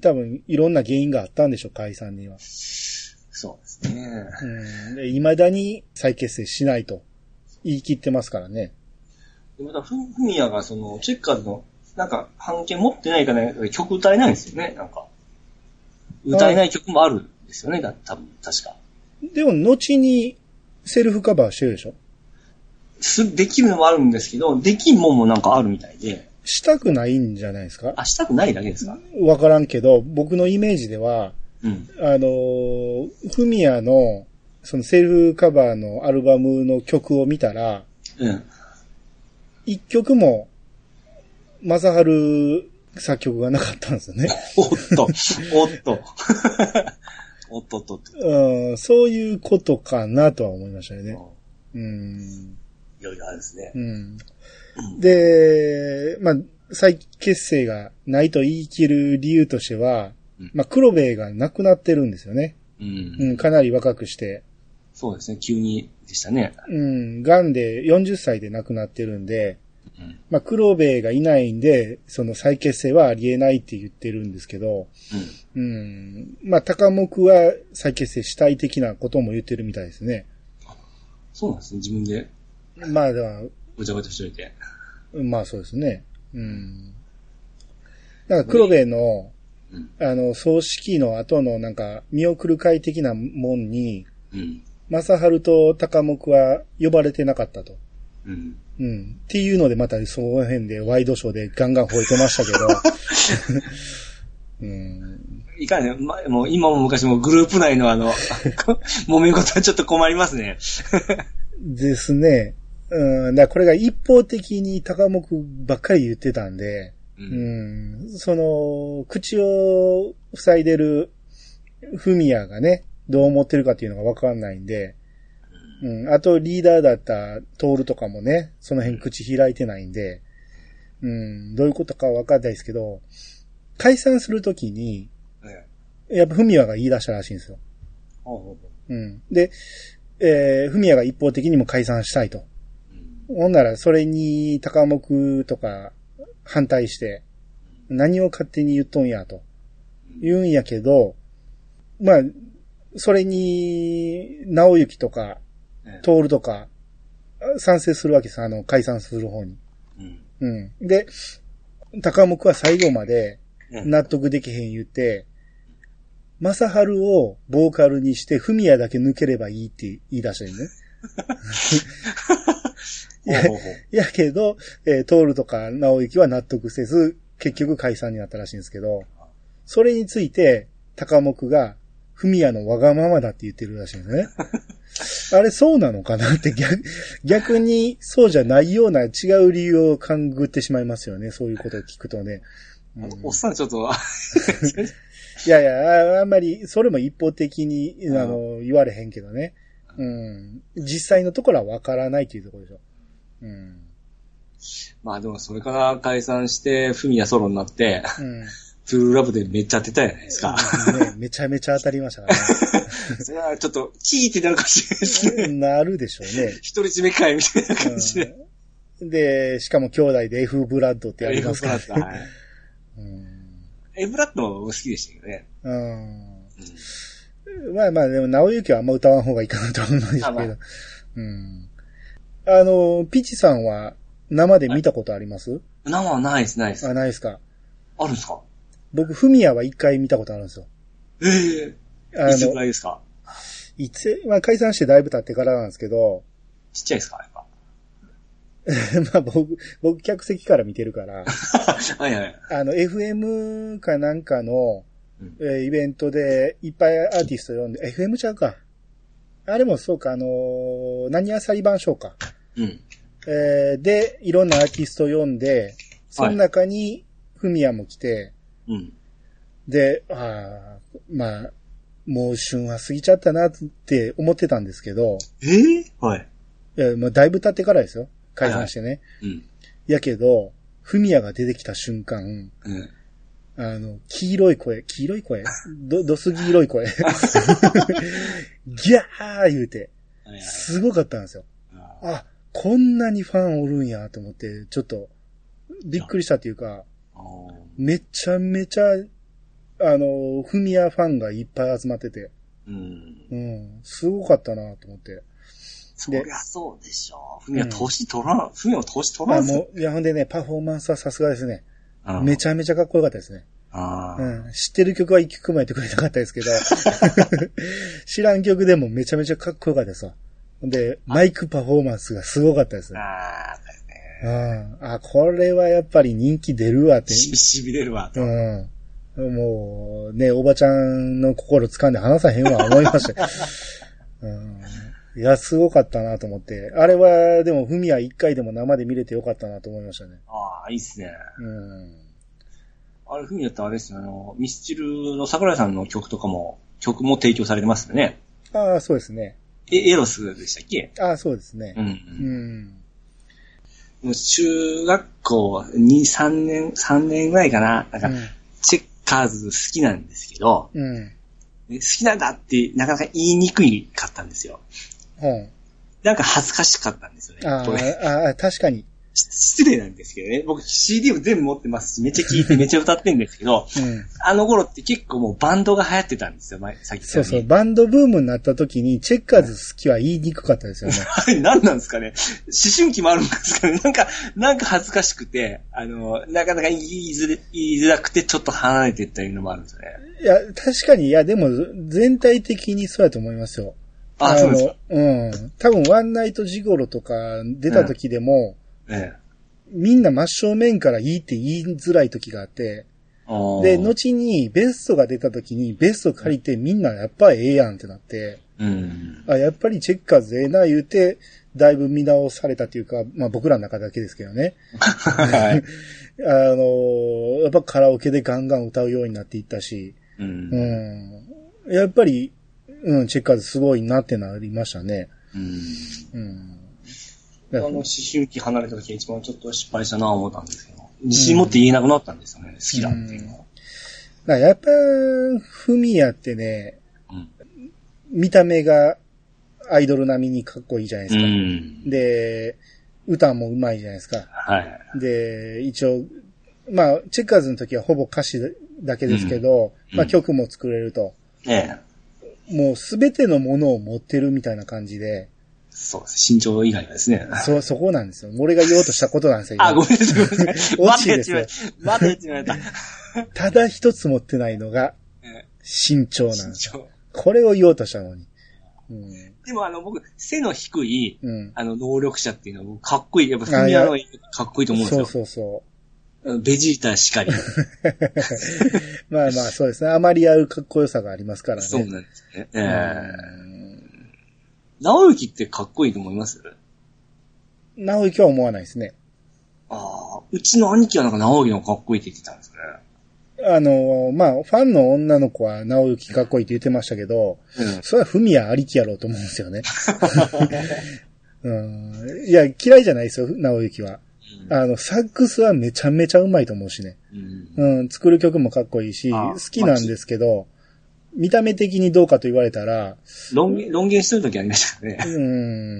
[SPEAKER 1] 多分いろんな原因があったんでしょう、解散には。
[SPEAKER 2] そうですね。
[SPEAKER 1] うん、で未だに再結成しないと言い切ってますからね。
[SPEAKER 2] でまた、ふ、ふみやがその、チェッカーズの、なんか、版権持ってないかね、曲歌えないんですよね、なんか。歌えない曲もあるんですよね、だ、多分確か。
[SPEAKER 1] でも、後にセルフカバーしてるでしょ
[SPEAKER 2] す、できるのもあるんですけど、できんもんもなんかあるみたいで、
[SPEAKER 1] したくないんじゃないですか
[SPEAKER 2] あ、したくないだけですか
[SPEAKER 1] わからんけど、僕のイメージでは、
[SPEAKER 2] うん。
[SPEAKER 1] あのーフミヤの、そのセルフカバーのアルバムの曲を見たら、
[SPEAKER 2] うん。
[SPEAKER 1] 一曲も、マサハル作曲がなかったんですよね。
[SPEAKER 2] おっと、おっと。 おっとっとっと。
[SPEAKER 1] うん、そういうことかなとは思いましたよね。うん。
[SPEAKER 2] いろいろあるんですね
[SPEAKER 1] う。ん。で、まあ、再結成がないと言い切る理由としては
[SPEAKER 2] うん、
[SPEAKER 1] まあ、黒部が亡くなってるんですよね。
[SPEAKER 2] うん
[SPEAKER 1] うん、かなり若くして。
[SPEAKER 2] そうですね、急にでしたね。
[SPEAKER 1] うん、癌で40歳で亡くなってるんで、
[SPEAKER 2] うん。
[SPEAKER 1] まあ、黒部がいないんで、その再結成はありえないって言ってるんですけど、うん、まあ、高木は再結成主体的なことも言ってるみたいですね。
[SPEAKER 2] そうなんですね、自分で
[SPEAKER 1] まあ、では、
[SPEAKER 2] ごちゃごちゃしといて。
[SPEAKER 1] まあそうですね。うん。だから黒部の、
[SPEAKER 2] うん
[SPEAKER 1] あの、葬式の後のなんか、見送る会的なもんに、
[SPEAKER 2] うん。
[SPEAKER 1] 正春と高木は呼ばれてなかったと。
[SPEAKER 2] うん。
[SPEAKER 1] うん。っていうので、またその辺でワイドショーでガンガン吠えてましたけど。うん、
[SPEAKER 2] いかんね、ま、もう今も昔もグループ内のあの、 揉め事はちょっと困りますね。
[SPEAKER 1] ですね。うん、だからこれが一方的に高木ばっかり言ってたんで、
[SPEAKER 2] う。
[SPEAKER 1] うんんその、口を塞いでるフミヤがね、どう思ってるかっていうのがわかんないんで、うん、あとリーダーだったトールとかもね、その辺口開いてないんで、うん、どういうことかはわかんないですけど、解散するときに、
[SPEAKER 2] ね
[SPEAKER 1] やっぱフミヤが言い出したらしいんですよ。
[SPEAKER 2] ほうほうほ
[SPEAKER 1] うん、で、えー、フミヤが一方的にも解散したいと。
[SPEAKER 2] ううん
[SPEAKER 1] ほんなら、それに、高木とか、反対して、何を勝手に言っとんや、と。言うんやけど、まあ、それに、直行とか、
[SPEAKER 2] ね
[SPEAKER 1] 徹とか、賛成するわけです。あの、解散する方に。
[SPEAKER 2] うん。
[SPEAKER 1] うん。で、高木は最後まで、
[SPEAKER 2] うん
[SPEAKER 1] 納得できへん言って、正春をボーカルにして、フミヤだけ抜ければいいって言い出したよね。
[SPEAKER 2] ほうほうほう
[SPEAKER 1] やけど、えー、トールとか直行は納得せず、結局解散になったらしいんですけど、それについて、高木が、フミヤのわがままだって言ってるらしいんですね。あれそうなのかなって逆、逆にそうじゃないような違う理由を勘ぐってしまいますよね。そういうことを聞くとね。 うん
[SPEAKER 2] おっさんちょっと、
[SPEAKER 1] いやいや、ああんまり、それも一方的に、
[SPEAKER 2] ん
[SPEAKER 1] あの、言われへんけどね。うん。実際のところはわからないっていうところでしょ。うん。
[SPEAKER 2] まあでもそれから解散して、フミヤソロになって、
[SPEAKER 1] うん。
[SPEAKER 2] トゥールラブでめっちゃ当てたじゃないですか。
[SPEAKER 1] ね、めちゃめちゃ当たりましたか
[SPEAKER 2] それはちょっと、キーってなるかもしれないですね。
[SPEAKER 1] ら ね。なるでしょうね。
[SPEAKER 2] 独り占め会みたいな感じで。
[SPEAKER 1] うんで、しかも兄弟で F ブラッドってやりますから、
[SPEAKER 2] エブラッドはい
[SPEAKER 1] うん
[SPEAKER 2] エブラッドも好きでしたけどね。
[SPEAKER 1] うん
[SPEAKER 2] うん
[SPEAKER 1] まあまあ、でも、直行はあんま歌わん方がいいかなと思うんですけど。
[SPEAKER 2] あまあ
[SPEAKER 1] うん、あの、ピチさんは生で見たことあります、
[SPEAKER 2] 生はないです、ないです。
[SPEAKER 1] あ、ないですか。
[SPEAKER 2] あるんですか
[SPEAKER 1] 僕、フミヤは一回見たことあるんですよ。
[SPEAKER 2] ええ
[SPEAKER 1] あ
[SPEAKER 2] いつぐ
[SPEAKER 1] の、
[SPEAKER 2] らいですか
[SPEAKER 1] いつ、まあ、解散してだいぶ経ってからなんですけど、
[SPEAKER 2] ちっちゃいですかやっぱ。
[SPEAKER 1] まあ僕、僕客席から見てる から、
[SPEAKER 2] はいはい。
[SPEAKER 1] あの、FM かなんかの、
[SPEAKER 2] うん
[SPEAKER 1] えーイベントでいっぱいアーティスト呼んで、FM ちゃうか。あれもそうか、あのー何や裁判所か。
[SPEAKER 2] うん。
[SPEAKER 1] えーで、いろんなアーティスト呼んで、その中に、フミヤも来て、
[SPEAKER 2] うん。
[SPEAKER 1] で、あーまあ、もう旬は過ぎちゃったなって思ってたんですけど、
[SPEAKER 2] ええはい。
[SPEAKER 1] えーまあ、だいぶ経ってからですよ。解散してね。
[SPEAKER 2] うん。
[SPEAKER 1] やけど、フミヤが出てきた瞬間、
[SPEAKER 2] うん。
[SPEAKER 1] あの、黄色い声、黄色い声ど、どす黄色い声。ギャー言うて、
[SPEAKER 2] はいはい
[SPEAKER 1] すごかったんですよ。
[SPEAKER 2] あ
[SPEAKER 1] あ、こんなにファンおるんやと思って、ちょっと、びっくりしたというか、
[SPEAKER 2] ーおー
[SPEAKER 1] めちゃめちゃ、あの、フミヤファンがいっぱい集まってて、
[SPEAKER 2] うん。
[SPEAKER 1] うん、すごかったなと思って。
[SPEAKER 2] そりゃそうでしょう。ふみは年取らん、ふみは年取ら
[SPEAKER 1] あ
[SPEAKER 2] んぞ。
[SPEAKER 1] もう、いや、ほんでね、パフォーマンスはさすがですね。
[SPEAKER 2] うん
[SPEAKER 1] めちゃめちゃかっこよかったですね。
[SPEAKER 2] あー
[SPEAKER 1] うん、知ってる曲は一曲もやってくれなかったですけ ど、知らん曲でもめちゃめちゃかっこよかったですわ。で、マイクパフォーマンスがすごかったですね。
[SPEAKER 2] あ
[SPEAKER 1] う
[SPEAKER 2] ー、
[SPEAKER 1] ん、あ、これはやっぱり人気出るわって。
[SPEAKER 2] し、しびれるわ。
[SPEAKER 1] うん、もう、ね、おばちゃんの心掴んで離さへんわ、思いま した。うんいや、すごかったなと思って。あれは、でも、フミヤ一回でも生で見れてよかったなと思いましたね。
[SPEAKER 2] ああ、いいっすね。
[SPEAKER 1] うん。
[SPEAKER 2] あれ、ふみだったらあれですよ、あの、ミスチルの桜井さんの曲とかも、曲も提供されてますよね。
[SPEAKER 1] ああ、そうですね。
[SPEAKER 2] え、エロスでしたっけ
[SPEAKER 1] ああ、そうですね。
[SPEAKER 2] うん。
[SPEAKER 1] うん。
[SPEAKER 2] もう中学校2、3年、3年ぐらいかな。なんか、チェッカーズ好きなんですけど、
[SPEAKER 1] うん。うん。
[SPEAKER 2] で好きなんだってなかなか言いにくいかったんですよ。
[SPEAKER 1] うん。
[SPEAKER 2] なんか恥ずかしかったんですよね。
[SPEAKER 1] あ
[SPEAKER 2] これ
[SPEAKER 1] ーあー、確か に。
[SPEAKER 2] し失礼なんですけどね。僕 CD も全部持ってますし、めっちゃ聴 いてめっちゃ歌ってんですけど、
[SPEAKER 1] うん。
[SPEAKER 2] あの頃って結構もうバンドが流行ってたんですよ、前、さっき
[SPEAKER 1] そうそう。
[SPEAKER 2] う。
[SPEAKER 1] バンドブームになった時に、チェッカーズ好きは言いにくかった ですよね。
[SPEAKER 2] あれ何なんですかね思春期もあるんですかねなんか、なんか恥ずかしくて、あの、なかなか言いづれ言いづらくてちょっと離れていったいうのもあるんですよね。
[SPEAKER 1] いや、確かに、いや、でも、全体的にそうやと思いますよ。
[SPEAKER 2] あ、そうですか。
[SPEAKER 1] のうん。多分、ワンナイトジゴロとか出た時でも、
[SPEAKER 2] ええ。
[SPEAKER 1] みんな真正面からいいって言いづらい時があって、で、
[SPEAKER 2] の、
[SPEAKER 1] 後にベストが出た時にベスト借りてみんなやっぱええやんってなって、
[SPEAKER 2] うん。
[SPEAKER 1] あ、やっぱりチェッカーズええな言うて、だいぶ見直されたというか、まあ僕らの中だけですけどね。
[SPEAKER 2] はい。
[SPEAKER 1] あのーやっぱカラオケでガンガン歌うようになっていったし、
[SPEAKER 2] う。
[SPEAKER 1] うんん。やっぱり、うん、チェッカーズすごいなってなりましたね。
[SPEAKER 2] う
[SPEAKER 1] う
[SPEAKER 2] ん
[SPEAKER 1] ん。
[SPEAKER 2] あの、思春期離れた時が一番ちょっと失敗したなと思ったんですけど、自信持って言えなくなったんですよね、好きだっていうのは。
[SPEAKER 1] だからやっぱ、フミヤってね、
[SPEAKER 2] うん。
[SPEAKER 1] 見た目がアイドル並みにかっこいいじゃないで
[SPEAKER 2] う
[SPEAKER 1] すか。
[SPEAKER 2] ん。
[SPEAKER 1] で、歌もうまいじゃないですか。
[SPEAKER 2] はい。
[SPEAKER 1] で、一応、まあ、チェッカーズの時はほぼ歌詞だけですけど、
[SPEAKER 2] うん
[SPEAKER 1] まあ
[SPEAKER 2] うん
[SPEAKER 1] 曲も作れると。
[SPEAKER 2] ええ。
[SPEAKER 1] もうすべてのものを持ってるみたいな感じで、
[SPEAKER 2] そうです。身長以外はですね。
[SPEAKER 1] そ、そこなんですよ。俺が言おうとしたことなんですよ。今
[SPEAKER 2] あ、ごめんなさ い。
[SPEAKER 1] 落
[SPEAKER 2] ま
[SPEAKER 1] ち
[SPEAKER 2] だ
[SPEAKER 1] で
[SPEAKER 2] やって
[SPEAKER 1] す
[SPEAKER 2] み
[SPEAKER 1] ね
[SPEAKER 2] ました。まだやってみました。
[SPEAKER 1] ただ一つ持ってないのが
[SPEAKER 2] え
[SPEAKER 1] 身長
[SPEAKER 2] え
[SPEAKER 1] なん
[SPEAKER 2] 身
[SPEAKER 1] です。
[SPEAKER 2] 長。
[SPEAKER 1] これを言おうとしたのに。うん。
[SPEAKER 2] でもあの、僕、背の低い、
[SPEAKER 1] うん。
[SPEAKER 2] あの、能力者っていうのは、かっこいい。やっぱ、フミヤのかっこいいと思うんです
[SPEAKER 1] そ
[SPEAKER 2] よ。
[SPEAKER 1] うそう そ
[SPEAKER 2] あのベジータしかり。
[SPEAKER 1] う。まあまあ、そうですね。あまり合うかっこよさがありますからね。
[SPEAKER 2] そうなんですね。え
[SPEAKER 1] う
[SPEAKER 2] え。
[SPEAKER 1] ん
[SPEAKER 2] 直之ってかっこいいと思います
[SPEAKER 1] 直行は思わないですね。
[SPEAKER 2] ああ、うちの兄貴はなんか直樹の方がかっこいいって言ってたんです
[SPEAKER 1] あの、まあ、ファンの女の子は直行かっこいいって言ってましたけど、
[SPEAKER 2] ね。
[SPEAKER 1] それはフミヤありきやろうと思うんですよね。うん、いや、嫌いじゃないですよ、直行は。あの、サックスはめちゃめちゃうまいと思うしね。
[SPEAKER 2] うん。うん。
[SPEAKER 1] うん、作る曲もかっこいいし、
[SPEAKER 2] あ
[SPEAKER 1] 好きなんですけど、見た目的にどうかと言われたら、
[SPEAKER 2] 論言、論言してる時ありましたから
[SPEAKER 1] う
[SPEAKER 2] ね。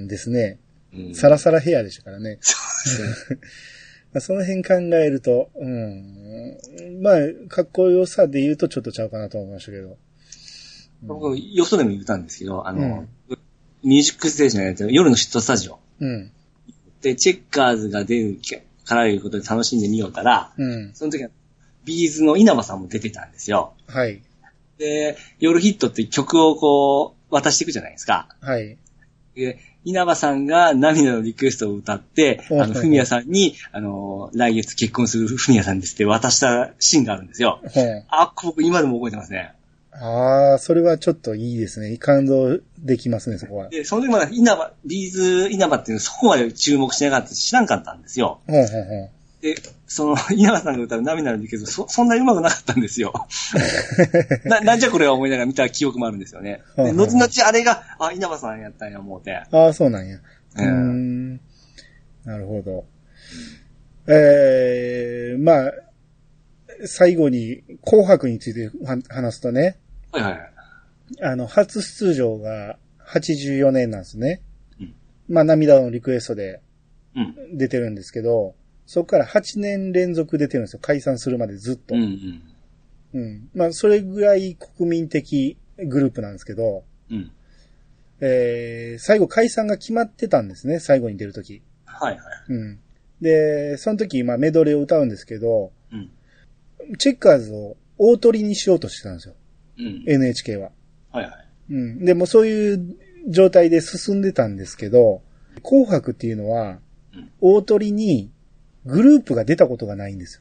[SPEAKER 1] んですね。
[SPEAKER 2] うん
[SPEAKER 1] サラサラヘアでしたからね。
[SPEAKER 2] そうですね
[SPEAKER 1] まあその辺考えると、うん、まあ、かっこよさで言うとちょっとちゃうかなと思いましたけど。
[SPEAKER 2] 僕、よそでも言ったんですけど、あ
[SPEAKER 1] う
[SPEAKER 2] の
[SPEAKER 1] ん、
[SPEAKER 2] ミュージックステージのやつ、夜のヒットスタジオ。
[SPEAKER 1] うん、
[SPEAKER 2] で、チェッカーズが出るからいうことで楽しんでみようから、
[SPEAKER 1] うん、
[SPEAKER 2] その時は、ビーズの稲葉さんも出てたんですよ。
[SPEAKER 1] はい、
[SPEAKER 2] で、夜ヒットって曲をこう、渡していくじゃないですか。
[SPEAKER 1] はい。
[SPEAKER 2] で、稲葉さんが涙のリクエストを歌って、
[SPEAKER 1] うん
[SPEAKER 2] あの、ふみやさんに、あの、来月結婚するふみやさんですって渡したシーンがあるんですよ。
[SPEAKER 1] ほん
[SPEAKER 2] あ、こ僕今でも覚えてますね。
[SPEAKER 1] ああ、それはちょっといいですね。感動できますね、そこは。
[SPEAKER 2] で、その時まだ稲葉、ビーズ稲葉っていうのそこまで注目しなかったし、知らんかったんですよ。
[SPEAKER 1] ほんほんほん。
[SPEAKER 2] で、その、 稲葉さんが歌う涙のリクエスト、そ、そんなにうまくなかったんですよ。な、なんじゃこれは思いながら見た記憶もあるんですよね。
[SPEAKER 1] うんう
[SPEAKER 2] で、
[SPEAKER 1] ん
[SPEAKER 2] 後々あれが、あ、稲葉さんやったんや思うて。
[SPEAKER 1] ああ、そうなんや。う
[SPEAKER 2] う
[SPEAKER 1] ー
[SPEAKER 2] ん。
[SPEAKER 1] ん。なるほど。ええまあ、最後に紅白については話すとね、
[SPEAKER 2] はいはいはい。
[SPEAKER 1] あの、初出場が84年なんですね。
[SPEAKER 2] うん
[SPEAKER 1] まあ、涙のリクエストで
[SPEAKER 2] うん。
[SPEAKER 1] 出てるんですけど、そこから8年連続出てるんですよ。解散するまでずっと。
[SPEAKER 2] うんうん。
[SPEAKER 1] うんまあ、それぐらい国民的グループなんですけど、
[SPEAKER 2] うん。
[SPEAKER 1] えー、最後解散が決まってたんですね。最後に出るとき。
[SPEAKER 2] はいはい。
[SPEAKER 1] うん。で、その時、まあ、メドレーを歌うんですけど、
[SPEAKER 2] うん。
[SPEAKER 1] チェッカーズを大取りにしようとしてたんですよ。
[SPEAKER 2] うん。
[SPEAKER 1] NHK は。
[SPEAKER 2] はいはい。
[SPEAKER 1] うん。でもそういう状態で進んでたんですけど、紅白っていうのは
[SPEAKER 2] うん、
[SPEAKER 1] 大取りにグループが出たことがないんです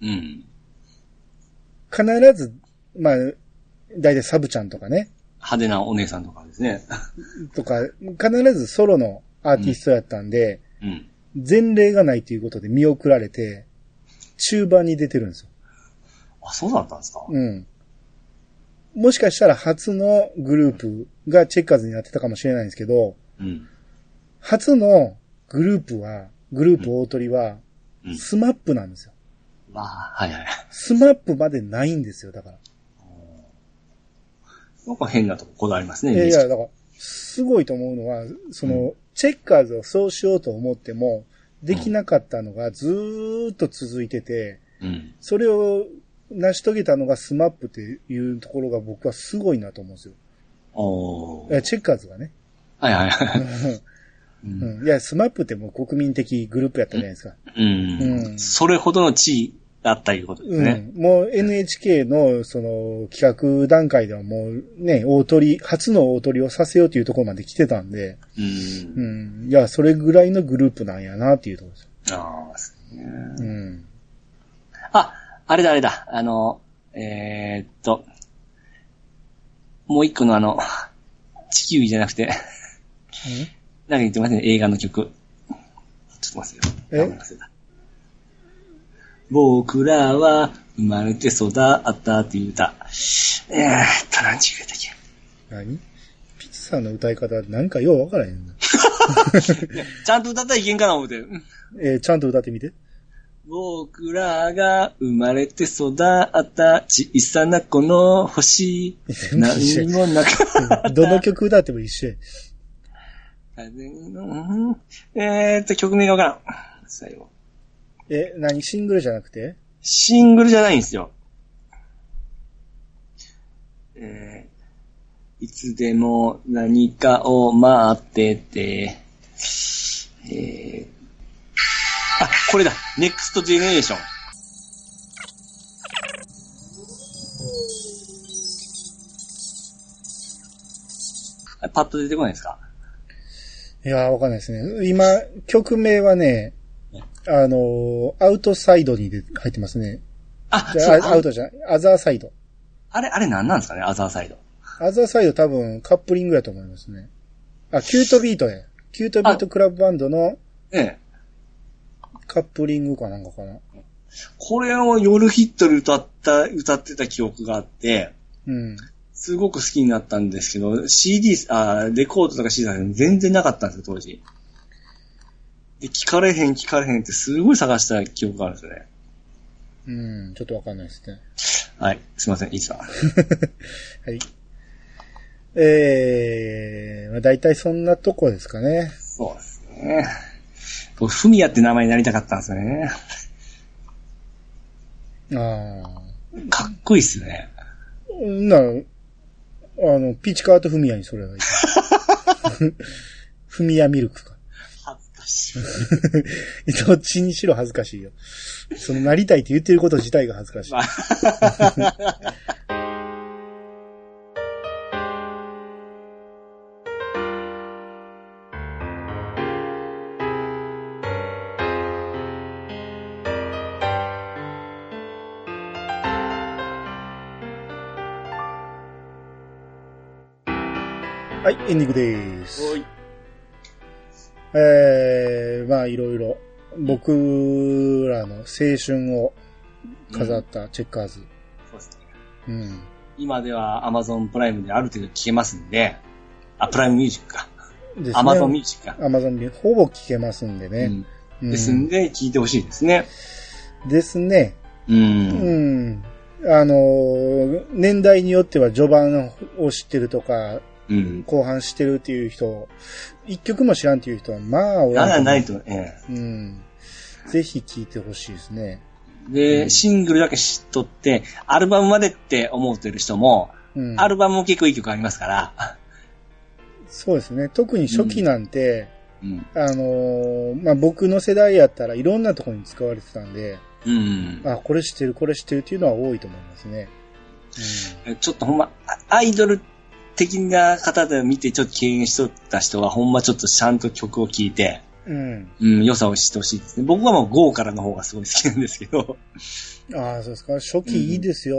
[SPEAKER 1] よ。
[SPEAKER 2] うん。
[SPEAKER 1] 必ず、まあ、だいたいサブちゃんとかね、
[SPEAKER 2] 派手なお姉さんとかです ね。
[SPEAKER 1] とか、必ずソロのアーティストやったんで、
[SPEAKER 2] うん。
[SPEAKER 1] 前例がないということで見送られて、中盤に出てるんですよ。
[SPEAKER 2] あ、そうだったんですか
[SPEAKER 1] うん。もしかしたら初のグループがチェッカーズになってたかもしれないんですけど、
[SPEAKER 2] うん。
[SPEAKER 1] 初のグループは、グループ大鳥は
[SPEAKER 2] う、ん
[SPEAKER 1] スマップなんですよ。
[SPEAKER 2] まあ、はいはい。
[SPEAKER 1] スマップまでないんですよ、だから。
[SPEAKER 2] なんか変なとここだわりますね。
[SPEAKER 1] いやい
[SPEAKER 2] イメー
[SPEAKER 1] や、
[SPEAKER 2] ジ
[SPEAKER 1] だから、すごいと思うのは、そうの、チェッカーズをそうしようと思っても、できなかったのがずーっと続いてて、
[SPEAKER 2] うん。
[SPEAKER 1] それを成し遂げたのがスマップっていうところが僕はすごいなと思うんですよ。
[SPEAKER 2] お
[SPEAKER 1] いや
[SPEAKER 2] ー。
[SPEAKER 1] チェッカーズがね。
[SPEAKER 2] はいはいはい。
[SPEAKER 1] うんうんいや、スマップってもう国民的グループやったじゃないですか。
[SPEAKER 2] うん。
[SPEAKER 1] うん
[SPEAKER 2] それほどの地位だったいうことです
[SPEAKER 1] うん。
[SPEAKER 2] ね。
[SPEAKER 1] もう NHK のその企画段階ではもうね、大鳥、初の大鳥をさせようというところまで来てたんで、
[SPEAKER 2] うん。
[SPEAKER 1] うん。いや、それぐらいのグループなんやなっていうところです。
[SPEAKER 2] あーすげえ
[SPEAKER 1] うん。
[SPEAKER 2] あ、あれだあれだ。あの、えーっと、もう一個のあの、地球儀じゃなくて、なんか言ってますね、映画の曲。ちょっと待ってよ。
[SPEAKER 1] え
[SPEAKER 2] 名前忘れた僕らは生まれて育ったっていう歌。えーっと、何ちゅう歌だっけ。
[SPEAKER 1] 何ピッツさんの歌い方なんかようわからへんな。
[SPEAKER 2] ちゃんと歌ったらいけんかな思って。うん
[SPEAKER 1] えーちゃんと歌ってみて。
[SPEAKER 2] 僕らが生まれて育った小さなこの星。何もなかった。
[SPEAKER 1] どの曲歌っても一緒や。
[SPEAKER 2] うんえーっと、曲名がわからん。最後。
[SPEAKER 1] え、何シングルじゃなくて
[SPEAKER 2] シングルじゃないんですよ。えーいつでも何かを待ってて、えーあ、これだ。ネクストジェネレーション。あパッと出てこないですか
[SPEAKER 1] いやー、わかんないですね。今、曲名はね、あのーアウトサイドにで入ってますね。
[SPEAKER 2] あ、
[SPEAKER 1] じ
[SPEAKER 2] そ
[SPEAKER 1] ゃ
[SPEAKER 2] う
[SPEAKER 1] あ、アウ
[SPEAKER 2] あ
[SPEAKER 1] トじゃない。アザーサイド。
[SPEAKER 2] あれ、あれ何なんですかねアザーサイド。
[SPEAKER 1] アザーサイド多分カップリングやと思いますね。あ、キュートビートや。キュートビートクラブバンドの
[SPEAKER 2] ええ。
[SPEAKER 1] カップリングかなんかかな。
[SPEAKER 2] これを夜ヒットで歌った、歌ってた記憶があって、
[SPEAKER 1] うん。
[SPEAKER 2] すごく好きになったんですけど、CD、あレコードとか CD なんて全然なかったんですよ、当時。で、聞かれへん、聞かれへんってすごい探した記憶があるんですよね。
[SPEAKER 1] うん、ちょっとわかんないですね。
[SPEAKER 2] はい、すいません、いいですか。
[SPEAKER 1] はい。えー、まあ大体そんなとこですかね。
[SPEAKER 2] そうですね。僕、フミヤって名前になりたかったんですよね。
[SPEAKER 1] あ
[SPEAKER 2] かっこいいっすよね。
[SPEAKER 1] ー。な、あの、ピチカートフミヤにそれはいい。フミヤミルクか。
[SPEAKER 2] 恥ずかしい。
[SPEAKER 1] どっちにしろ恥ずかしいよ。その、なりたいって言ってること自体が恥ずかしい。
[SPEAKER 2] まあ
[SPEAKER 1] はい、エンディングです。
[SPEAKER 2] おい
[SPEAKER 1] えー、まあいろいろ、僕らの青春を飾ったチェッカーズ。
[SPEAKER 2] そうですね。
[SPEAKER 1] うん。
[SPEAKER 2] 今では Amazon プライムである程度聞けますんで、あ、プライムミュージックか。
[SPEAKER 1] ですね
[SPEAKER 2] Amazon ミュージックか。
[SPEAKER 1] アマゾンでほぼ聞けますんで
[SPEAKER 2] う
[SPEAKER 1] ね。
[SPEAKER 2] ん
[SPEAKER 1] うん
[SPEAKER 2] ですんで、聞いてほしいですね。
[SPEAKER 1] ですね。
[SPEAKER 2] うん。
[SPEAKER 1] うん。あのー年代によっては序盤を知ってるとか、
[SPEAKER 2] うん。
[SPEAKER 1] 後半知ってるっていう人、一曲も知らんっていう人は、まあ、おらんと
[SPEAKER 2] なら
[SPEAKER 1] 思う
[SPEAKER 2] ないと、え
[SPEAKER 1] うん。ぜひ聴いてほしいですね。
[SPEAKER 2] え。で、シングルだけ知っとって、アルバムまでって思ってる人も、
[SPEAKER 1] うん。
[SPEAKER 2] アルバムも結構いい曲ありますから。
[SPEAKER 1] そうですね。特に初期なんて、
[SPEAKER 2] うん。
[SPEAKER 1] あのーまあ、僕の世代やったらいろんなところに使われてたんで、
[SPEAKER 2] うん。
[SPEAKER 1] あ、これ知ってる、これ知ってるっていうのは多いと思いますね。
[SPEAKER 2] ちょっとほんま、あアイドル的な方で見てちょっと敬遠しとった人は、ほんまちょっとちゃんと曲を聴いて、
[SPEAKER 1] うん。
[SPEAKER 2] うん、良さを知ってほしいですね。僕はもう GO からの方がすごい好きなんですけど、
[SPEAKER 1] うん。ああ、そうですか。初期いいですよ。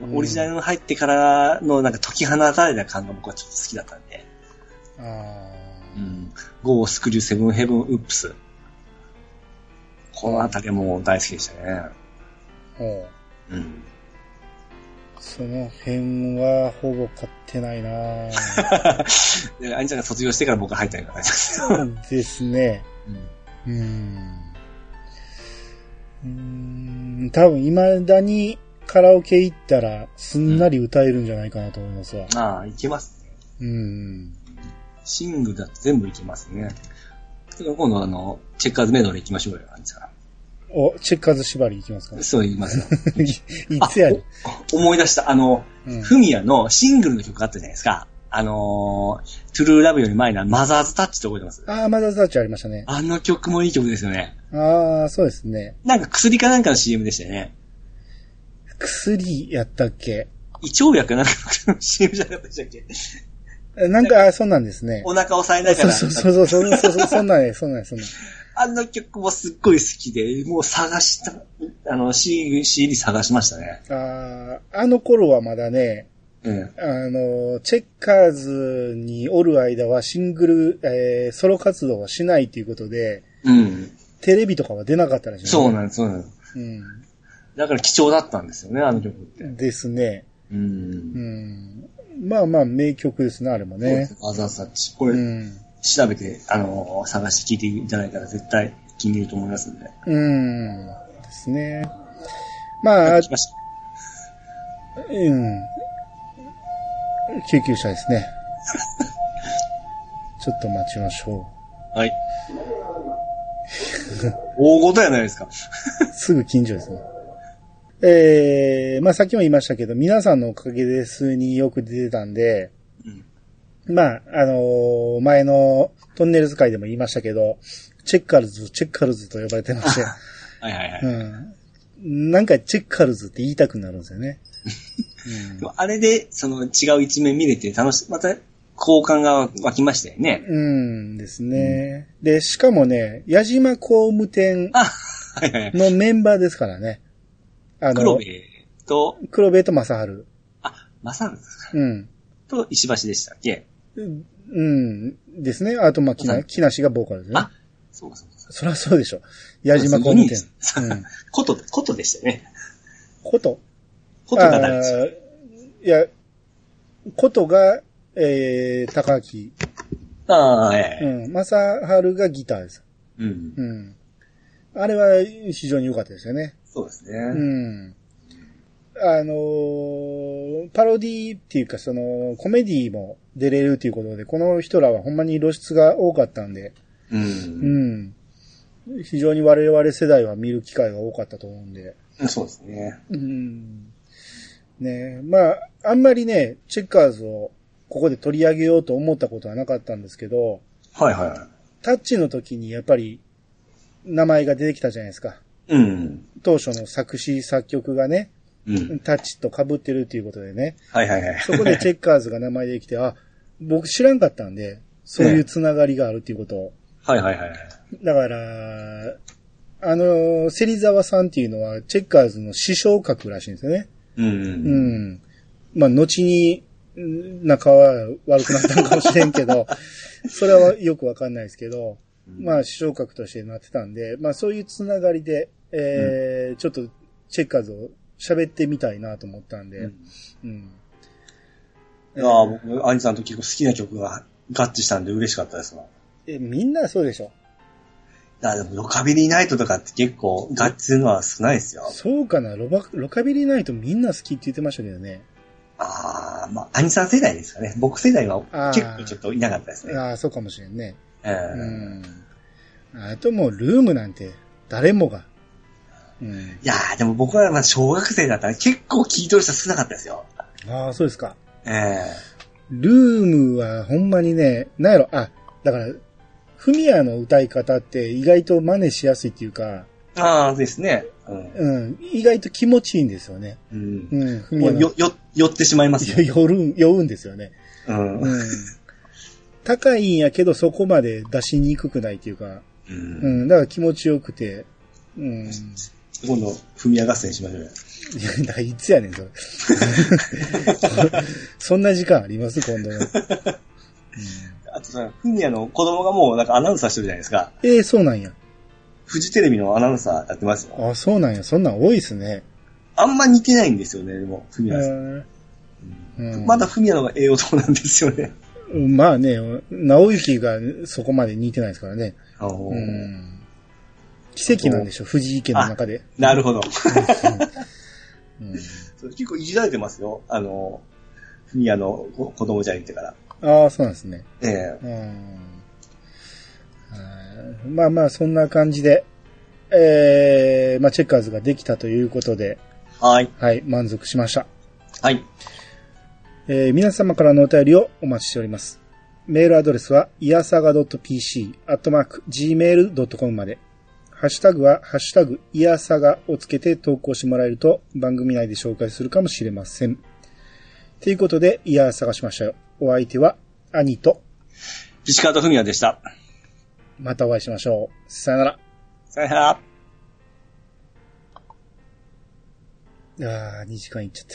[SPEAKER 1] うん
[SPEAKER 2] オリジナルの入ってからのなんか解き放たれた感が僕はちょっと好きだったんで、
[SPEAKER 1] ああ
[SPEAKER 2] う。ん、GO、スクリュー、セブンヘブン、ウップス。このあたりはもう大好きでしたね。
[SPEAKER 1] ほう
[SPEAKER 2] うん。
[SPEAKER 1] その辺はほぼ買ってないな
[SPEAKER 2] で、アニちゃんが卒業してから僕が入ったような感じです。
[SPEAKER 1] ぁですね。
[SPEAKER 2] うん。
[SPEAKER 1] うーん。うーん、多分未だにカラオケ行ったらすんなり歌えるんじゃないかなと思いますわ。
[SPEAKER 2] まあ、いけます
[SPEAKER 1] うん。
[SPEAKER 2] シングルだと全部いけますね。だから今度あの、チェッカーズメドレー行きましょうよ、アンさ
[SPEAKER 1] お、チェッカーズ縛り行きますか
[SPEAKER 2] ん。そう言いますよ。
[SPEAKER 1] いつやる、
[SPEAKER 2] お思い出した。あの、
[SPEAKER 1] うん、
[SPEAKER 2] フミヤのシングルの曲があったじゃないですか。あのー、トゥルーラブより前のマザーズタッチって覚えてます
[SPEAKER 1] ああ、まだサーチありましたね。
[SPEAKER 2] あの曲もいい曲ですよね。
[SPEAKER 1] ああ、そうですね。
[SPEAKER 2] なんか薬かなんかの CM でしたよね。
[SPEAKER 1] 薬やったっけ
[SPEAKER 2] 胃腸薬かなんかの CM じゃなかったでしたっけ
[SPEAKER 1] なんか、あーそうなんですね。
[SPEAKER 2] お腹を押さえなが
[SPEAKER 1] そう
[SPEAKER 2] ら。
[SPEAKER 1] そうそうそう、そうそうそう、そんなんね、 そんなんね、そんなんね。
[SPEAKER 2] あの曲もすっごい好きで、もう探した、あの、C、CD 探しましたね。
[SPEAKER 1] あーあの頃はまだね、
[SPEAKER 2] うん。
[SPEAKER 1] あの、チェッカーズにおる間はシングル、えーソロ活動はしないということで、
[SPEAKER 2] うん。
[SPEAKER 1] テレビとかは出なかったらしい、
[SPEAKER 2] そうなんです、そうなんです。
[SPEAKER 1] う
[SPEAKER 2] だから貴重だったんですよね、あの曲って。
[SPEAKER 1] ん。ですね。
[SPEAKER 2] う。
[SPEAKER 1] うんん。まあまあ、名曲ですね、あれも
[SPEAKER 2] そうで
[SPEAKER 1] ね。
[SPEAKER 2] すわざわざこ
[SPEAKER 1] う
[SPEAKER 2] れ、
[SPEAKER 1] ん。
[SPEAKER 2] 調べて、あのー探して聞いていただいたら絶対気に入ると思いますんで。
[SPEAKER 1] うん。ですね。まあ、
[SPEAKER 2] 来ました。
[SPEAKER 1] うん。救急車ですね。 ちょっと待ちましょ
[SPEAKER 2] はい。大ごとやないですか。
[SPEAKER 1] う。すぐ近所ですね。えー、まあさっきも言いましたけど、皆さんのおかげですによく出てたんで、
[SPEAKER 2] うん。
[SPEAKER 1] まあ、あのー前のトンネル使いでも言いましたけど、チェッカーズ、チェッカーズと呼ばれてま して、
[SPEAKER 2] はいはいはい。
[SPEAKER 1] うん。なんかチェッカーズって言いたくなるんですよ ね。
[SPEAKER 2] でもあれで、その違う一面見れて楽し、また、好感が湧きましたよね。
[SPEAKER 1] うんですね。で、しかもね、矢島工務店
[SPEAKER 2] あ、はいはいはい。
[SPEAKER 1] のメンバーですからね。あ
[SPEAKER 2] 黒部と、
[SPEAKER 1] 黒部と正春。
[SPEAKER 2] あ、マサルですか
[SPEAKER 1] うん。
[SPEAKER 2] と石橋でしたっけ
[SPEAKER 1] うん。ですね。あと、まあ、木
[SPEAKER 2] は
[SPEAKER 1] 梨
[SPEAKER 2] い
[SPEAKER 1] 木梨がボーカルですね
[SPEAKER 2] あ。そうかそうかそう
[SPEAKER 1] そりゃそうでしょ。矢島工務店
[SPEAKER 2] そうです。
[SPEAKER 1] うん。
[SPEAKER 2] こと、ことでしたよね。
[SPEAKER 1] こと。
[SPEAKER 2] ことが誰でした
[SPEAKER 1] あーいや、ことが、えー、高木。
[SPEAKER 2] ああ、え
[SPEAKER 1] う
[SPEAKER 2] え。
[SPEAKER 1] ん。まさはるがギターです。
[SPEAKER 2] うん。
[SPEAKER 1] うん。あれは非常に良かったですよね。
[SPEAKER 2] そうですね。
[SPEAKER 1] うん。あのーパロディっていうかその、コメディも出れるということで、この人らはほんまに露出が多かったんで、う
[SPEAKER 2] う。
[SPEAKER 1] んん。非常に我々世代は見る機会が多かったと思うんで。
[SPEAKER 2] そうですね。
[SPEAKER 1] うん。ねえまあ、あんまりね、チェッカーズをここで取り上げようと思ったことはなかったんですけど、
[SPEAKER 2] はいはいは
[SPEAKER 1] タッチの時にやっぱり名前が出てきたじゃないですか。
[SPEAKER 2] い。うん。
[SPEAKER 1] 当初の作詞作曲がね、
[SPEAKER 2] うん。
[SPEAKER 1] タッチと被ってるっていうことでね、
[SPEAKER 2] はいはいはい。
[SPEAKER 1] そこ でチェッカーズが名前できて、あ、僕知らんかったんで、そういうつながりがあるっていうことを。
[SPEAKER 2] はいはいはい。
[SPEAKER 1] だから、あの、芹沢さんっていうのは、チェッカーズの師匠格らしいんですよね。
[SPEAKER 2] う。
[SPEAKER 1] うんん。まあ、後に、うん仲は悪くなったのかもしれんけど、 それはよくわかんないですけど、まあ、師匠格としてなってたんで、まあ、そういうつながりで、えーちょっと、チェッカーズを喋ってみたいなと思ったんで、
[SPEAKER 2] うん
[SPEAKER 1] うん。
[SPEAKER 2] いやー僕、アニさんと結構好きな曲が合致したんで嬉しかったですわ。
[SPEAKER 1] え、みんなそうでしょ。
[SPEAKER 2] あでも、ロカビリーナイトとかって結構、ガッツのは少ないですよ。
[SPEAKER 1] そうかなロバ、ロカビリーナイトみんな好きって言ってましたけどね。
[SPEAKER 2] ああ、まあ、アニさん世代ですかね。僕世代は
[SPEAKER 1] あー
[SPEAKER 2] 結構ちょっといなかったですね。
[SPEAKER 1] ああ、そうかもしれんね。
[SPEAKER 2] うん
[SPEAKER 1] うん。あともう、ルームなんて、誰もが。うん。
[SPEAKER 2] いやー、でも僕はまあ小学生だったら結構聞いとる人少なかったですよ。
[SPEAKER 1] ああ、そうですか。
[SPEAKER 2] ええ
[SPEAKER 1] ルームはほんまにね、なんやろ、あ、だから、フミヤの歌い方って意外と真似しやすいっていうか、
[SPEAKER 2] ああ、ですね。うん。
[SPEAKER 1] うん、意外と気持ちいいんですよね。
[SPEAKER 2] うん
[SPEAKER 1] うん、フミ
[SPEAKER 2] も
[SPEAKER 1] ヤ
[SPEAKER 2] う
[SPEAKER 1] の。
[SPEAKER 2] よ、よ、寄ってしまいますね。
[SPEAKER 1] よ酔うん、酔うんですよね。
[SPEAKER 2] うん。
[SPEAKER 1] うん。 高いんやけどそこまで出しにくくないっていうか、
[SPEAKER 2] う。
[SPEAKER 1] うんん、だから気持ちよくて、うん。い
[SPEAKER 2] 今度、踏み上がせにしましょうよ。
[SPEAKER 1] や、だからいつやねん、それ。 そんな時間あります今度の。
[SPEAKER 2] あとさ、フミヤの子供がもうなんかアナウンサーしてるじゃないですか。
[SPEAKER 1] ええそうなんや。
[SPEAKER 2] フジテレビのアナウンサーやってますよ。
[SPEAKER 1] あ、そうなんや。そんなん多いっすね。
[SPEAKER 2] あんま似てないんですよね、でも、フミヤさん。
[SPEAKER 1] うん
[SPEAKER 2] まだフミヤの方がええ男なんですよね。
[SPEAKER 1] まあね、直行がそこまで似てないですからね。
[SPEAKER 2] あの
[SPEAKER 1] う
[SPEAKER 2] ー
[SPEAKER 1] ん、奇跡なんでしょ、藤井家の中で。
[SPEAKER 2] なるほど。
[SPEAKER 1] うん
[SPEAKER 2] そう結構いじられてますよ。あのー、フミヤの子子供ちゃん言ってから。
[SPEAKER 1] ああ、そうなんですね。
[SPEAKER 2] ええ
[SPEAKER 1] うんはいまあまあ、そんな感じで、えー、まあ、チェッカーズができたということで、
[SPEAKER 2] はい。
[SPEAKER 1] はい、満足しました。
[SPEAKER 2] はい。
[SPEAKER 1] えー皆様からのお便りをお待ちしております。メールアドレスは、いやさが .pc、アットマーク、gmail.com まで。ハッシュタグは、ハッシュタグ、いやさがをつけて投稿してもらえると、番組内で紹介するかもしれません。ということで、いやさがしましたよ。お相手は、兄と、
[SPEAKER 2] 石川とフミヤでした。
[SPEAKER 1] またお会いしましょう。さよなら。
[SPEAKER 2] さよなら。
[SPEAKER 1] あー、2時間いっちゃった。